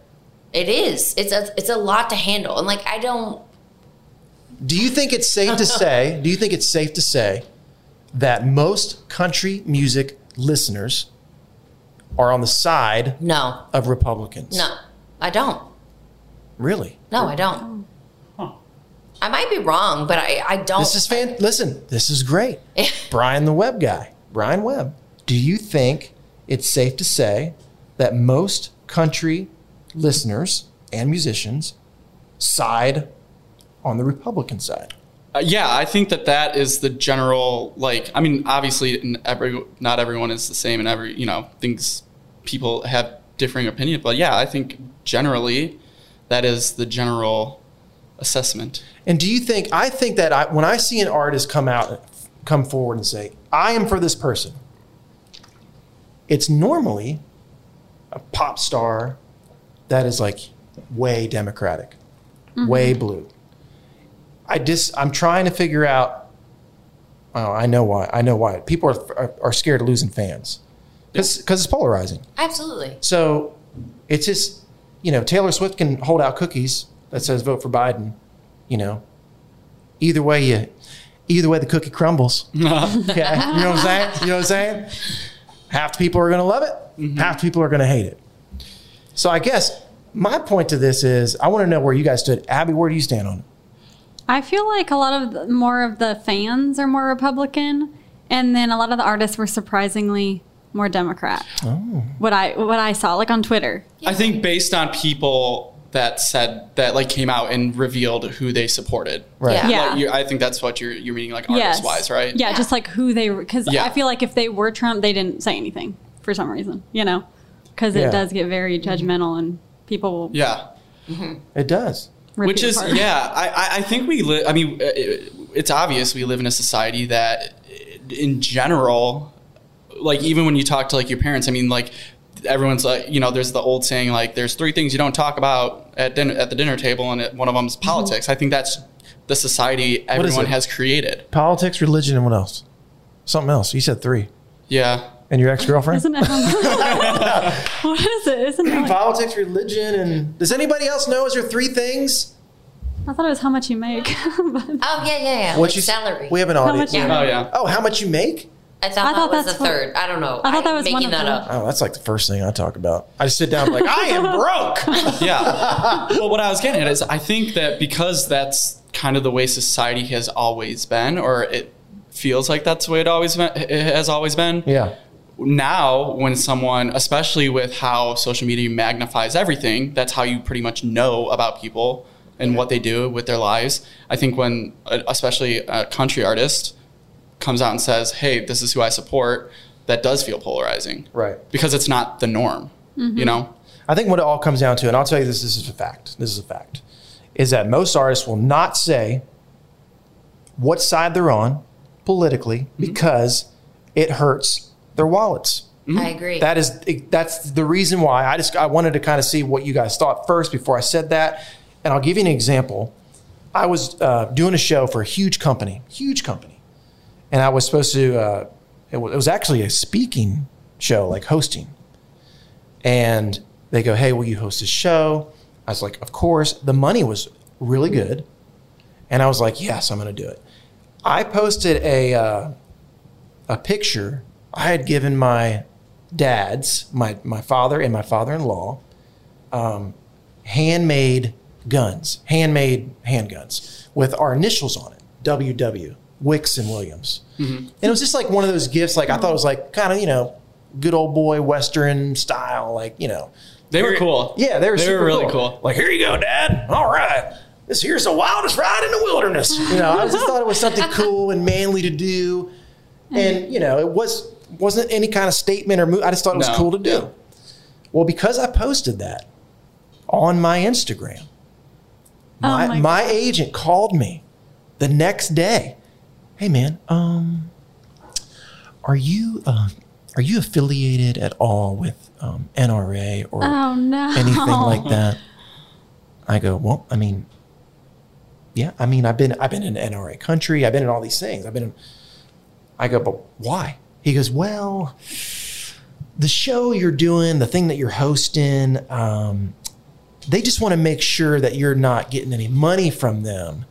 [SPEAKER 5] it is. It's a it's a lot to handle. And like I don't
[SPEAKER 3] Do you think it's safe to say, do you think it's safe to say that most country music listeners are on the side
[SPEAKER 5] no.
[SPEAKER 3] of Republicans?
[SPEAKER 5] no. I don't.
[SPEAKER 3] Really?
[SPEAKER 5] No, I don't. I might be wrong, but I, I don't
[SPEAKER 3] This is fan listen, this is great. Brian the Web guy, Brian Webb. Do you think it's safe to say that most country listeners and musicians side on the Republican side?
[SPEAKER 6] Uh, yeah, I think that that is the general like. I mean, obviously, n- every not everyone is the same, and every you know things people have differing opinions. But yeah, I think generally that is the general assessment.
[SPEAKER 3] And do you think I think that I, when I see an artist come out, come forward and say, "I am for this person," it's normally a pop star that is like way democratic, way blue. I just I'm trying to figure out. Oh, I know why. I know why. People are are, are scared of losing fans because it's polarizing.
[SPEAKER 5] Absolutely.
[SPEAKER 3] So it's just, you know, Taylor Swift can hold out cookies that says vote for Biden, you know. Either way you either way the cookie crumbles. okay. You know what I'm saying? You know what I'm saying? Half the people are gonna love it, half the people are gonna hate it. So I guess my point to this is I want to know where you guys stood. Abby, where do you stand on it?
[SPEAKER 4] I feel like a lot of the, more of the fans are more Republican, and then a lot of the artists were surprisingly more Democrat.
[SPEAKER 3] Oh.
[SPEAKER 4] What I what I saw like on Twitter.
[SPEAKER 6] I think based on people that said that like came out and revealed who they supported.
[SPEAKER 4] Right. Yeah.
[SPEAKER 6] Like, you, I think that's what you're you're meaning like
[SPEAKER 4] Yes.
[SPEAKER 6] artist wise, right?
[SPEAKER 4] Yeah, just like who they were. Because
[SPEAKER 6] Yeah.
[SPEAKER 4] I feel like if they were Trump, they didn't say anything for some reason, you know? Because it
[SPEAKER 6] Yeah.
[SPEAKER 4] does get very judgmental and people will.
[SPEAKER 6] Yeah.
[SPEAKER 3] It does.
[SPEAKER 4] Rip
[SPEAKER 6] Which
[SPEAKER 4] you
[SPEAKER 6] is,
[SPEAKER 4] apart.
[SPEAKER 6] yeah, I, I- I think we live, I mean, uh, it- it's obvious we live in a society that uh, in general, like even when you talk to like your parents, I mean, like everyone's like, you know, there's the old saying, like there's three things you don't talk about at dinner, at the dinner table. And it, one of
[SPEAKER 4] Mm-hmm.
[SPEAKER 6] them's politics. I think that's the society
[SPEAKER 3] is
[SPEAKER 6] everyone
[SPEAKER 3] it?
[SPEAKER 6] has created.
[SPEAKER 3] Politics, religion, and what else? Something else. You said three.
[SPEAKER 6] Yeah.
[SPEAKER 3] And your ex girlfriend?
[SPEAKER 4] Isn't it? what is it? Isn't it? Like,
[SPEAKER 3] Politics, religion, and does anybody else know is there three things?
[SPEAKER 4] I thought it was how much you make. oh,
[SPEAKER 5] yeah, yeah, yeah.
[SPEAKER 3] What
[SPEAKER 5] like
[SPEAKER 3] you s-
[SPEAKER 5] salary.
[SPEAKER 3] We have an
[SPEAKER 5] How
[SPEAKER 3] audience.
[SPEAKER 5] much you Yeah. make. Oh, yeah.
[SPEAKER 3] Oh, how much you make?
[SPEAKER 5] I thought,
[SPEAKER 4] I thought
[SPEAKER 5] that was
[SPEAKER 4] that's
[SPEAKER 5] the
[SPEAKER 4] what-
[SPEAKER 5] third. I don't know.
[SPEAKER 4] I thought that
[SPEAKER 5] I'm
[SPEAKER 4] was
[SPEAKER 5] making
[SPEAKER 4] one of
[SPEAKER 5] that
[SPEAKER 4] them.
[SPEAKER 5] up.
[SPEAKER 3] Oh, that's like the first thing I talk about. I just sit down like I am broke.
[SPEAKER 6] yeah. Well, what I was getting at is I think that because that's kind of the way society has always been, or it feels like that's the way it always been, it has always been.
[SPEAKER 3] Yeah.
[SPEAKER 6] Now, when someone, especially with how social media magnifies everything, that's how you pretty much know about people and what they do with their lives. I think when, uh, especially a country artist, comes out and says, "Hey, this is who I support," that does feel polarizing,
[SPEAKER 3] right?
[SPEAKER 6] Because it's not the norm,
[SPEAKER 4] Mm-hmm.
[SPEAKER 6] you know.
[SPEAKER 3] I think what it all comes down to, and I'll tell you this: this is a fact. This is a fact, is that most artists will not say what side they're on politically because it hurts their wallets.
[SPEAKER 5] I agree.
[SPEAKER 3] That is that's the reason why I just I wanted to kind of see what you guys thought first before I said that, and I'll give you an example. I was uh, doing a show for a huge company, huge company, and I was supposed to. Uh, it, was, it was actually a speaking show, like hosting, and they go, "Hey, will you host this show?" I was like, "Of course." The money was really good, and I was like, "Yes, I'm going to do it." I posted a uh, a picture I had given my dads, my my father and my father-in-law, um, handmade guns, handmade handguns with our initials on it, WW Wicks and Williams.
[SPEAKER 6] Mm-hmm.
[SPEAKER 3] And it was just like one of those gifts. Like I thought it was like kind of you know good old boy Western style, like you know.
[SPEAKER 6] They were cool.
[SPEAKER 3] Yeah, they were.
[SPEAKER 6] They were
[SPEAKER 3] super
[SPEAKER 6] really cool.
[SPEAKER 3] Like here you go, Dad. All right, this here's the wildest ride in the wilderness. You know, I just thought it was something cool and manly to do, and you know, it was wasn't any kind of statement or move. I just thought it was
[SPEAKER 6] No.
[SPEAKER 3] cool to do. Well, because I posted that on my Instagram, my, my, agent called me the next day. Hey, man, um, are you uh, are you affiliated at all with um, NRA or
[SPEAKER 4] Oh, no.
[SPEAKER 3] anything like that? I go, well, I mean, Yeah, I mean, I've been I've been in NRA country. I've been in all these things. I've been. In, I go, but why? He goes, well, the show you're doing, the thing that you're hosting, um, they just want to make sure that you're not getting any money from them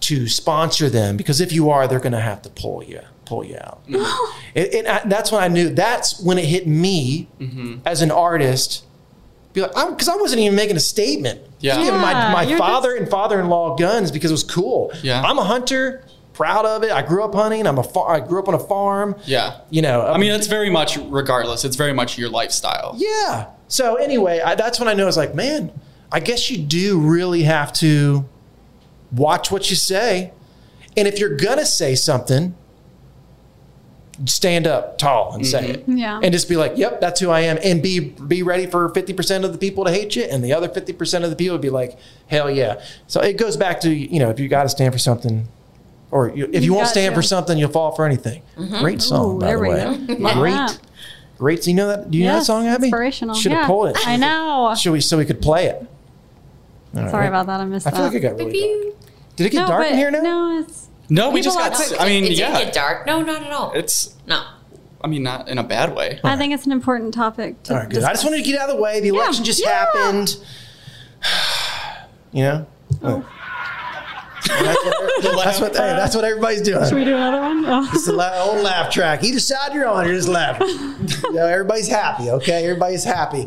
[SPEAKER 3] to sponsor them because if you are, they're going to have to pull you pull you out.
[SPEAKER 6] Mm-hmm.
[SPEAKER 3] and and I, that's when I knew. That's when it hit me
[SPEAKER 6] Mm-hmm.
[SPEAKER 3] as an artist. Be like, because I wasn't even making a statement.
[SPEAKER 6] Yeah.
[SPEAKER 3] Just giving
[SPEAKER 6] Yeah,
[SPEAKER 3] my, my
[SPEAKER 6] you're
[SPEAKER 3] father and father-in-law guns because it was cool.
[SPEAKER 6] Yeah.
[SPEAKER 3] I'm a hunter, proud of it. I grew up hunting. I'm a far, I grew up on a farm.
[SPEAKER 6] Yeah.
[SPEAKER 3] You know,
[SPEAKER 6] I mean, it's very much regardless. It's very much your lifestyle.
[SPEAKER 3] Yeah. So anyway, I, that's when I know it's like, man, I guess you do really have to watch what you say, and if you're gonna say something, stand up tall and say it,
[SPEAKER 4] Yeah.
[SPEAKER 3] and just be like, yep, that's who I am, and be be ready for fifty percent of the people to hate you, and the other fifty percent of the people would be like, hell yeah. So it goes back to you know, if you got to stand for something. Or you, if you,
[SPEAKER 7] You
[SPEAKER 3] won't
[SPEAKER 7] got
[SPEAKER 3] stand
[SPEAKER 7] to.
[SPEAKER 3] for something, you'll fall for anything.
[SPEAKER 4] Mm-hmm.
[SPEAKER 7] Mhm.
[SPEAKER 3] Great song,
[SPEAKER 7] Ooh,
[SPEAKER 3] by
[SPEAKER 7] there
[SPEAKER 3] the
[SPEAKER 7] we
[SPEAKER 3] way.
[SPEAKER 7] go. Love
[SPEAKER 3] Great,
[SPEAKER 7] that.
[SPEAKER 3] great. So you know that? Do you know that
[SPEAKER 4] Yes,
[SPEAKER 3] song, Abby?
[SPEAKER 4] Inspirational.
[SPEAKER 3] Should have
[SPEAKER 4] yeah.
[SPEAKER 3] pulled it.
[SPEAKER 4] I know.
[SPEAKER 3] Should we? So we could play it. All
[SPEAKER 4] Sorry
[SPEAKER 3] right.
[SPEAKER 4] about that. I missed
[SPEAKER 3] I
[SPEAKER 4] that.
[SPEAKER 3] feel like it got really dark. Did it get
[SPEAKER 4] No,
[SPEAKER 3] dark in
[SPEAKER 4] but-
[SPEAKER 3] here now?
[SPEAKER 4] No, it's.
[SPEAKER 6] No, we
[SPEAKER 4] People
[SPEAKER 6] just got.
[SPEAKER 4] are
[SPEAKER 6] s-
[SPEAKER 4] quick.
[SPEAKER 6] I mean,
[SPEAKER 4] It didn't
[SPEAKER 6] yeah.
[SPEAKER 4] get dark.
[SPEAKER 5] No, not at all.
[SPEAKER 6] It's
[SPEAKER 5] no.
[SPEAKER 6] I mean, not in a bad way.
[SPEAKER 4] I think it's an important topic. To
[SPEAKER 3] All right, good. I just wanted to get out of the way. The election just happened. You know.
[SPEAKER 4] Oh.
[SPEAKER 3] That's what, that's, what, hey, that's what everybody's doing.
[SPEAKER 4] Should we do another one? Oh.
[SPEAKER 3] It's the la- old laugh track. Either side you're on, you're just laughing. You know, everybody's happy, okay? Everybody's happy.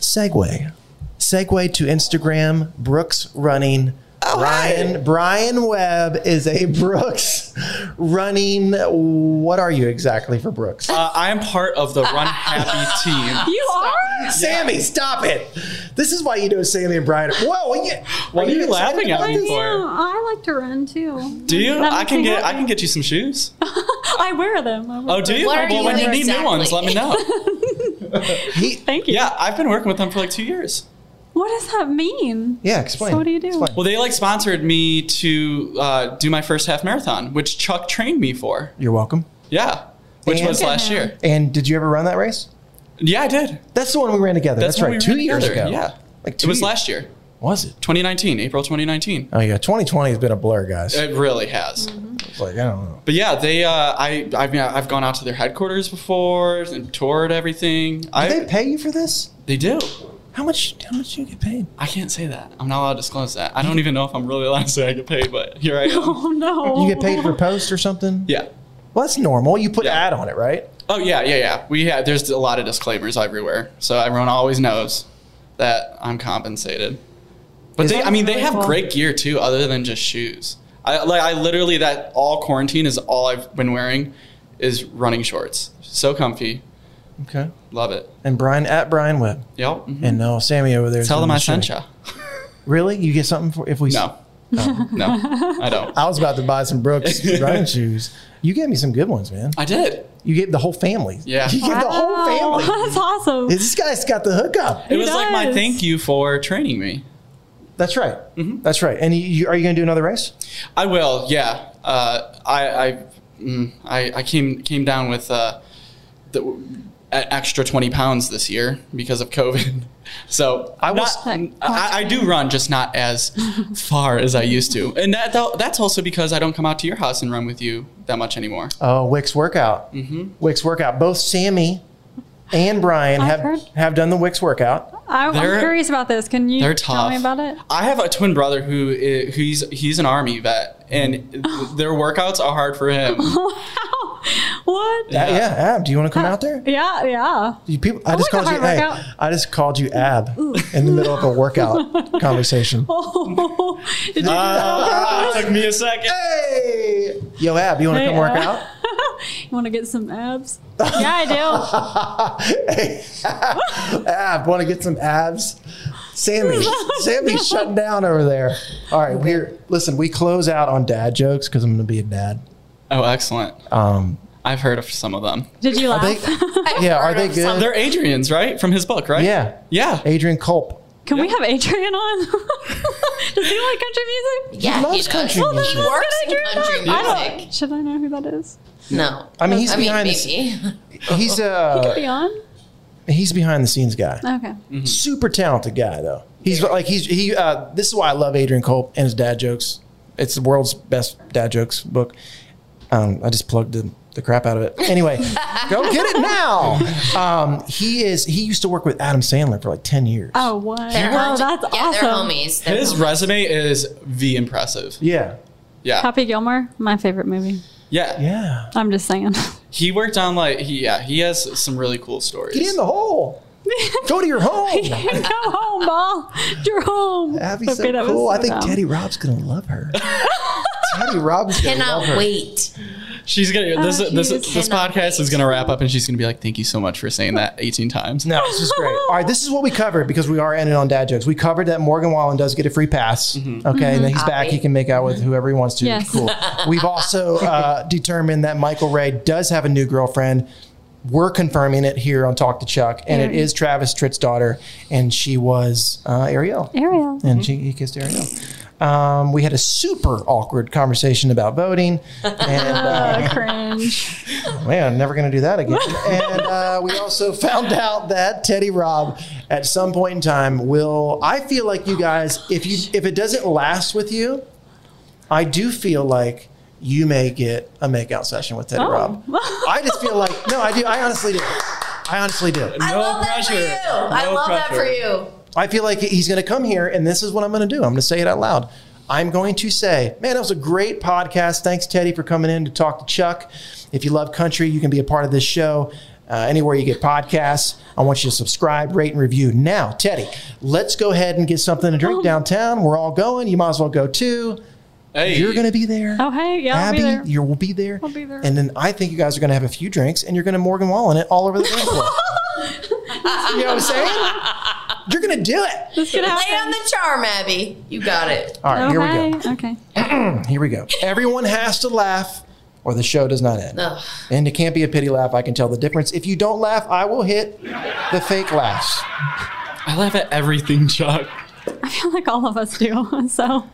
[SPEAKER 3] Segway. Segway to Instagram. Brooks running.
[SPEAKER 4] Oh,
[SPEAKER 3] Brian Brian Webb is a Brooks running. What are you exactly for Brooks?
[SPEAKER 6] Uh, I am part of the Run Happy team.
[SPEAKER 3] You are Sammy. Stop it! This is why you know Sammy and Brian. Whoa! Are you,
[SPEAKER 6] What are you
[SPEAKER 3] excited
[SPEAKER 6] laughing at
[SPEAKER 3] about
[SPEAKER 6] me
[SPEAKER 3] this?
[SPEAKER 6] for?
[SPEAKER 4] I like to run too.
[SPEAKER 6] Do you?
[SPEAKER 4] That
[SPEAKER 6] I
[SPEAKER 4] makes
[SPEAKER 6] can
[SPEAKER 4] me
[SPEAKER 6] get. I
[SPEAKER 4] happy.
[SPEAKER 6] can get you some shoes.
[SPEAKER 4] I wear them. I wear
[SPEAKER 6] Oh, do
[SPEAKER 4] them.
[SPEAKER 6] you? well, when you need new ones, let me know.
[SPEAKER 4] Thank you.
[SPEAKER 6] Yeah, I've been working with them for like two years.
[SPEAKER 4] What does that mean?
[SPEAKER 3] Yeah,
[SPEAKER 4] explain. So what do you do? Explain.
[SPEAKER 6] Well, they like sponsored me to uh, do my first half marathon, which Chuck trained me for.
[SPEAKER 3] You're welcome.
[SPEAKER 6] Yeah, which
[SPEAKER 3] And-
[SPEAKER 6] was last year.
[SPEAKER 3] And did you ever run that race?
[SPEAKER 6] Yeah, I did.
[SPEAKER 3] That's the one we ran together. That's,
[SPEAKER 6] That's when
[SPEAKER 3] right.
[SPEAKER 6] we
[SPEAKER 3] Two
[SPEAKER 6] ran
[SPEAKER 3] years ago.
[SPEAKER 6] together, yeah.
[SPEAKER 3] Like two
[SPEAKER 6] It was
[SPEAKER 3] years-
[SPEAKER 6] last year.
[SPEAKER 3] Was it?
[SPEAKER 6] 2019, April 2019.
[SPEAKER 3] Oh yeah, 2020 has been a blur, guys.
[SPEAKER 6] It really has.
[SPEAKER 3] It's like I don't know.
[SPEAKER 6] But yeah, they. Uh, I. I've. yeah, I've gone out to their headquarters before and toured everything.
[SPEAKER 3] Do they pay you for this?
[SPEAKER 6] They do.
[SPEAKER 3] How much? How much do you get paid?
[SPEAKER 6] I can't say that. I'm not allowed to disclose that. I don't even know if I'm really allowed to say I get paid, but here I am.
[SPEAKER 4] Oh no.
[SPEAKER 3] You get paid for post or something?
[SPEAKER 6] Yeah.
[SPEAKER 3] Well, that's normal. You put ad on it, right?
[SPEAKER 6] Oh yeah, yeah, yeah. We had there's a lot of disclaimers everywhere, so everyone always knows that I'm compensated. But
[SPEAKER 3] Is
[SPEAKER 6] they,
[SPEAKER 3] that
[SPEAKER 6] I mean, they
[SPEAKER 3] really
[SPEAKER 6] have
[SPEAKER 3] cool?
[SPEAKER 6] great gear too, other than just shoes. I like, I literally that all quarantine is all I've been wearing is running shorts. So comfy,
[SPEAKER 3] Okay.
[SPEAKER 6] love it.
[SPEAKER 3] And Brian at Brian Webb.
[SPEAKER 6] Yep. mhm.
[SPEAKER 3] And uh, no, Sammy over there. is
[SPEAKER 6] Tell
[SPEAKER 3] doing
[SPEAKER 6] them I
[SPEAKER 3] the show.
[SPEAKER 6] sent ya.
[SPEAKER 3] Really? You get something for if we? No. Oh.
[SPEAKER 6] No, I don't.
[SPEAKER 3] I was about to buy some Brooks running shoes. You gave me some good ones, man.
[SPEAKER 6] I did.
[SPEAKER 3] You gave the whole family.
[SPEAKER 6] Yeah.
[SPEAKER 3] You gave the whole
[SPEAKER 4] Wow,
[SPEAKER 3] family.
[SPEAKER 4] That's awesome.
[SPEAKER 3] This guy's got the hookup.
[SPEAKER 6] It was like my thank you for training me.
[SPEAKER 3] That's right.
[SPEAKER 6] Mm-hmm.
[SPEAKER 3] That's right. And you- you, are you going to do another race?
[SPEAKER 6] I will. Yeah. Uh, I I, mm, I I came came down with uh, the, an extra twenty pounds this year because of COVID. So I was I, I do run, just not as far as I used to, and that that's also because I don't come out to your house and run with you that much anymore.
[SPEAKER 3] Oh, Wix workout. Mm-hmm. Wix workout. Both Sammy and Brian have have done the Wix workout.
[SPEAKER 4] I,
[SPEAKER 6] They're-
[SPEAKER 4] I'm curious about this. Can you
[SPEAKER 6] they're
[SPEAKER 4] tell me
[SPEAKER 6] tough.
[SPEAKER 4] about it?
[SPEAKER 6] I have a twin brother who is, he's he's an army vet, and their workouts are hard for him. Oh,
[SPEAKER 4] What?
[SPEAKER 3] Yeah, yeah Ab, do you want to come out there?
[SPEAKER 4] Yeah, yeah.
[SPEAKER 3] You people, I just
[SPEAKER 4] like a
[SPEAKER 3] called you.
[SPEAKER 4] hard
[SPEAKER 3] hey,
[SPEAKER 4] workout.
[SPEAKER 3] I just called you Ab in the middle of a workout conversation.
[SPEAKER 4] Oh, did you
[SPEAKER 6] Ah, it Uh, took me a second.
[SPEAKER 3] Hey, yo, Ab, you want to
[SPEAKER 4] Hey,
[SPEAKER 3] come work
[SPEAKER 4] Ab.
[SPEAKER 3] out?
[SPEAKER 4] you want to get some abs? Yeah, I
[SPEAKER 3] Ab, want to Ah, get some abs? Sammy, Sammy's shutting down over there. All right, we're listen. We close out on dad jokes because I'm going to be a dad.
[SPEAKER 6] Oh, excellent.
[SPEAKER 3] Um,
[SPEAKER 6] I've heard of some of them.
[SPEAKER 4] do. Did you laugh?
[SPEAKER 3] yeah, are they good?
[SPEAKER 6] They're Adrian's, right? From his book, right?
[SPEAKER 3] Yeah,
[SPEAKER 6] yeah.
[SPEAKER 3] Adrian Culp.
[SPEAKER 4] Can we have Adrian on? Does he like country music?
[SPEAKER 5] Yeah, He loves he does. country
[SPEAKER 4] Well, then
[SPEAKER 5] music.
[SPEAKER 4] let's
[SPEAKER 5] He works
[SPEAKER 4] get Adrian
[SPEAKER 5] in
[SPEAKER 4] on.
[SPEAKER 5] country
[SPEAKER 4] I don't, should I know who that is?
[SPEAKER 5] No.
[SPEAKER 3] I mean, he's
[SPEAKER 5] I mean,
[SPEAKER 3] behind.
[SPEAKER 5] maybe.
[SPEAKER 3] The, he's uh,
[SPEAKER 4] Could be on.
[SPEAKER 3] he's behind the scenes guy.
[SPEAKER 4] Okay.
[SPEAKER 5] Mm-hmm.
[SPEAKER 3] Super talented guy though. He's like he's he. Uh, this is why I love Adrian Culp and his dad jokes. It's the world's best dad jokes book. Um, I just plugged the, the crap out of it. Anyway, go get it now. Um, he is. He used to work with Adam Sandler for like ten years.
[SPEAKER 4] Oh, what?
[SPEAKER 5] They're
[SPEAKER 4] Wow,
[SPEAKER 5] homies.
[SPEAKER 4] that's
[SPEAKER 5] Yeah, they're
[SPEAKER 4] awesome.
[SPEAKER 5] homies. They're
[SPEAKER 6] His
[SPEAKER 5] homies.
[SPEAKER 6] resume is V impressive.
[SPEAKER 3] Yeah.
[SPEAKER 6] Yeah.
[SPEAKER 4] Happy Gilmore, my favorite movie.
[SPEAKER 6] Yeah.
[SPEAKER 3] Yeah.
[SPEAKER 4] I'm just saying.
[SPEAKER 6] He worked on like he yeah, he has some really cool stories.
[SPEAKER 3] Get in the hole. Go to your home.
[SPEAKER 4] Go home, ball. You're home.
[SPEAKER 3] That'd be
[SPEAKER 4] Okay,
[SPEAKER 3] so
[SPEAKER 4] that was
[SPEAKER 3] cool. I
[SPEAKER 4] so
[SPEAKER 3] think
[SPEAKER 4] dumb.
[SPEAKER 3] Teddy Rob's gonna love her. Teddy Rob's gonna
[SPEAKER 5] Cannot
[SPEAKER 3] love her.
[SPEAKER 5] wait.
[SPEAKER 6] She's gonna this
[SPEAKER 5] Oh,
[SPEAKER 6] this
[SPEAKER 5] geez.
[SPEAKER 6] this
[SPEAKER 5] Cannot
[SPEAKER 6] podcast is gonna wrap up and she's gonna be like, Thank you so much for saying that eighteen times.
[SPEAKER 3] No, this is great. All right, this is what we covered because we are ending on dad jokes. We covered that Morgan Wallen does get a free pass. Okay, and then he's back. He can make out with whoever he wants to.
[SPEAKER 4] Mm-hmm. Yes.
[SPEAKER 3] Cool. We've also uh, determined that Michael Ray does have a new girlfriend. We're confirming it here on Talk to Chuck, and it
[SPEAKER 4] Ariel.
[SPEAKER 3] is Travis Tritt's daughter, and she was uh, Ariel.
[SPEAKER 4] Ariel.
[SPEAKER 3] And she, he kissed Ariel. Um, we had a super awkward conversation about voting, and uh,
[SPEAKER 4] Uh, cringe.
[SPEAKER 3] man, never going to do that again. and uh, we also found out that Teddy Rob, at some point in time, will. I feel like you guys, if you if it doesn't last with you, I do feel like you may get a makeout session with
[SPEAKER 10] Oh.
[SPEAKER 3] Teddy Rob.
[SPEAKER 6] Oh.
[SPEAKER 3] I just feel like no, I do. I honestly do. I honestly do.
[SPEAKER 5] I love that for you. I
[SPEAKER 6] No
[SPEAKER 5] love that for
[SPEAKER 6] pressure.
[SPEAKER 5] you.
[SPEAKER 3] I feel like he's going to come here, and this is what I'm going to do. I'm going to say it out loud. I'm going to say, man, that was a great podcast. Thanks, Teddy, for coming in to talk to Chuck. If you love country, you can be a part of this show. Uh, anywhere you get podcasts, I want you to subscribe, rate, and review. Now, Teddy, let's go ahead and get something to
[SPEAKER 4] Um.
[SPEAKER 3] drink downtown. We're all going. You might as well go too.
[SPEAKER 6] Hey
[SPEAKER 3] You're going to be there.
[SPEAKER 4] Oh, hey, yeah, I'll be there.
[SPEAKER 3] you will be there.
[SPEAKER 4] I'll be there.
[SPEAKER 3] And then I think you guys are going to have a few drinks and you're going to Morgan Wallen it all over the dance floor. you know what I'm saying? You're going to do it.
[SPEAKER 4] This could
[SPEAKER 5] Lay
[SPEAKER 4] happen.
[SPEAKER 5] on the charm, Abby. You got it.
[SPEAKER 3] All right, here we go.
[SPEAKER 4] Okay, Okay.
[SPEAKER 3] Here we go. Everyone has to laugh or the show does not end.
[SPEAKER 5] Ugh.
[SPEAKER 3] And it can't be a pity laugh. I can tell the difference. If you don't laugh, I will hit the fake laughs.
[SPEAKER 6] I laugh at everything, Chuck.
[SPEAKER 4] I feel like all of us do. So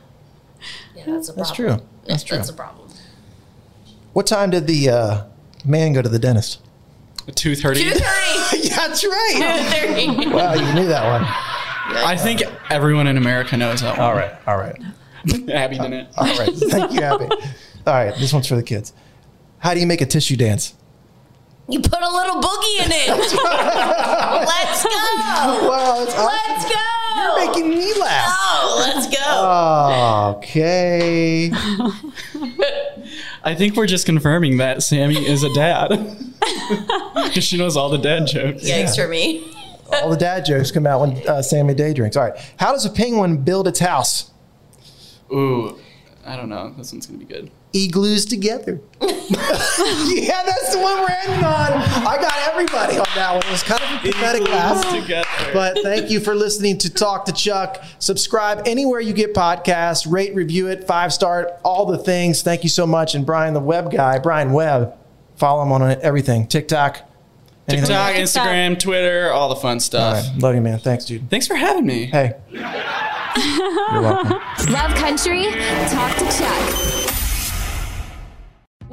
[SPEAKER 5] Yeah, that's a problem.
[SPEAKER 3] That's true. That's true.
[SPEAKER 5] That's a problem.
[SPEAKER 3] What time did the uh, man go to the dentist?
[SPEAKER 6] Tooth hurting.
[SPEAKER 5] 230.
[SPEAKER 3] Yeah, that's right.
[SPEAKER 5] 230.
[SPEAKER 3] wow, you knew that one.
[SPEAKER 6] I think everyone in America knows that one.
[SPEAKER 3] All right. All right.
[SPEAKER 6] Abby didn't.
[SPEAKER 3] All right. Thank you, Abby. All right. This one's for the kids. How do you make a tissue dance?
[SPEAKER 5] You put a little boogie in it. Let's go.
[SPEAKER 3] Wow, that's awesome.
[SPEAKER 5] Let's go.
[SPEAKER 3] You're making me laugh.
[SPEAKER 5] Oh, let's go.
[SPEAKER 3] Oh. Okay.
[SPEAKER 6] I think we're just confirming that Sammy is a dad. Because she knows all the dad jokes.
[SPEAKER 5] Yikes for me.
[SPEAKER 3] All the dad jokes come out when uh, Sammy Day drinks. All right. How does a penguin build its house?
[SPEAKER 6] Ooh, I don't know. This one's gonna be good.
[SPEAKER 3] Igloos together. yeah, that's the one we're ending on. I got everybody on that one. It was kind of a pathetic laugh.
[SPEAKER 6] together.
[SPEAKER 3] But thank you for listening to Talk to Chuck. Subscribe anywhere you get podcasts, rate, review it, five star, all the things. Thank you so much. And Brian, the web guy, Brian Webb, follow him on everything TikTok. anything.
[SPEAKER 6] TikTok,
[SPEAKER 4] TikTok.
[SPEAKER 6] Instagram, Twitter, all the fun
[SPEAKER 3] All
[SPEAKER 6] stuff.
[SPEAKER 3] right. Love you, man. Thanks, dude.
[SPEAKER 6] Thanks for having me.
[SPEAKER 3] Hey. You're welcome.
[SPEAKER 2] Love country, talk to Chuck.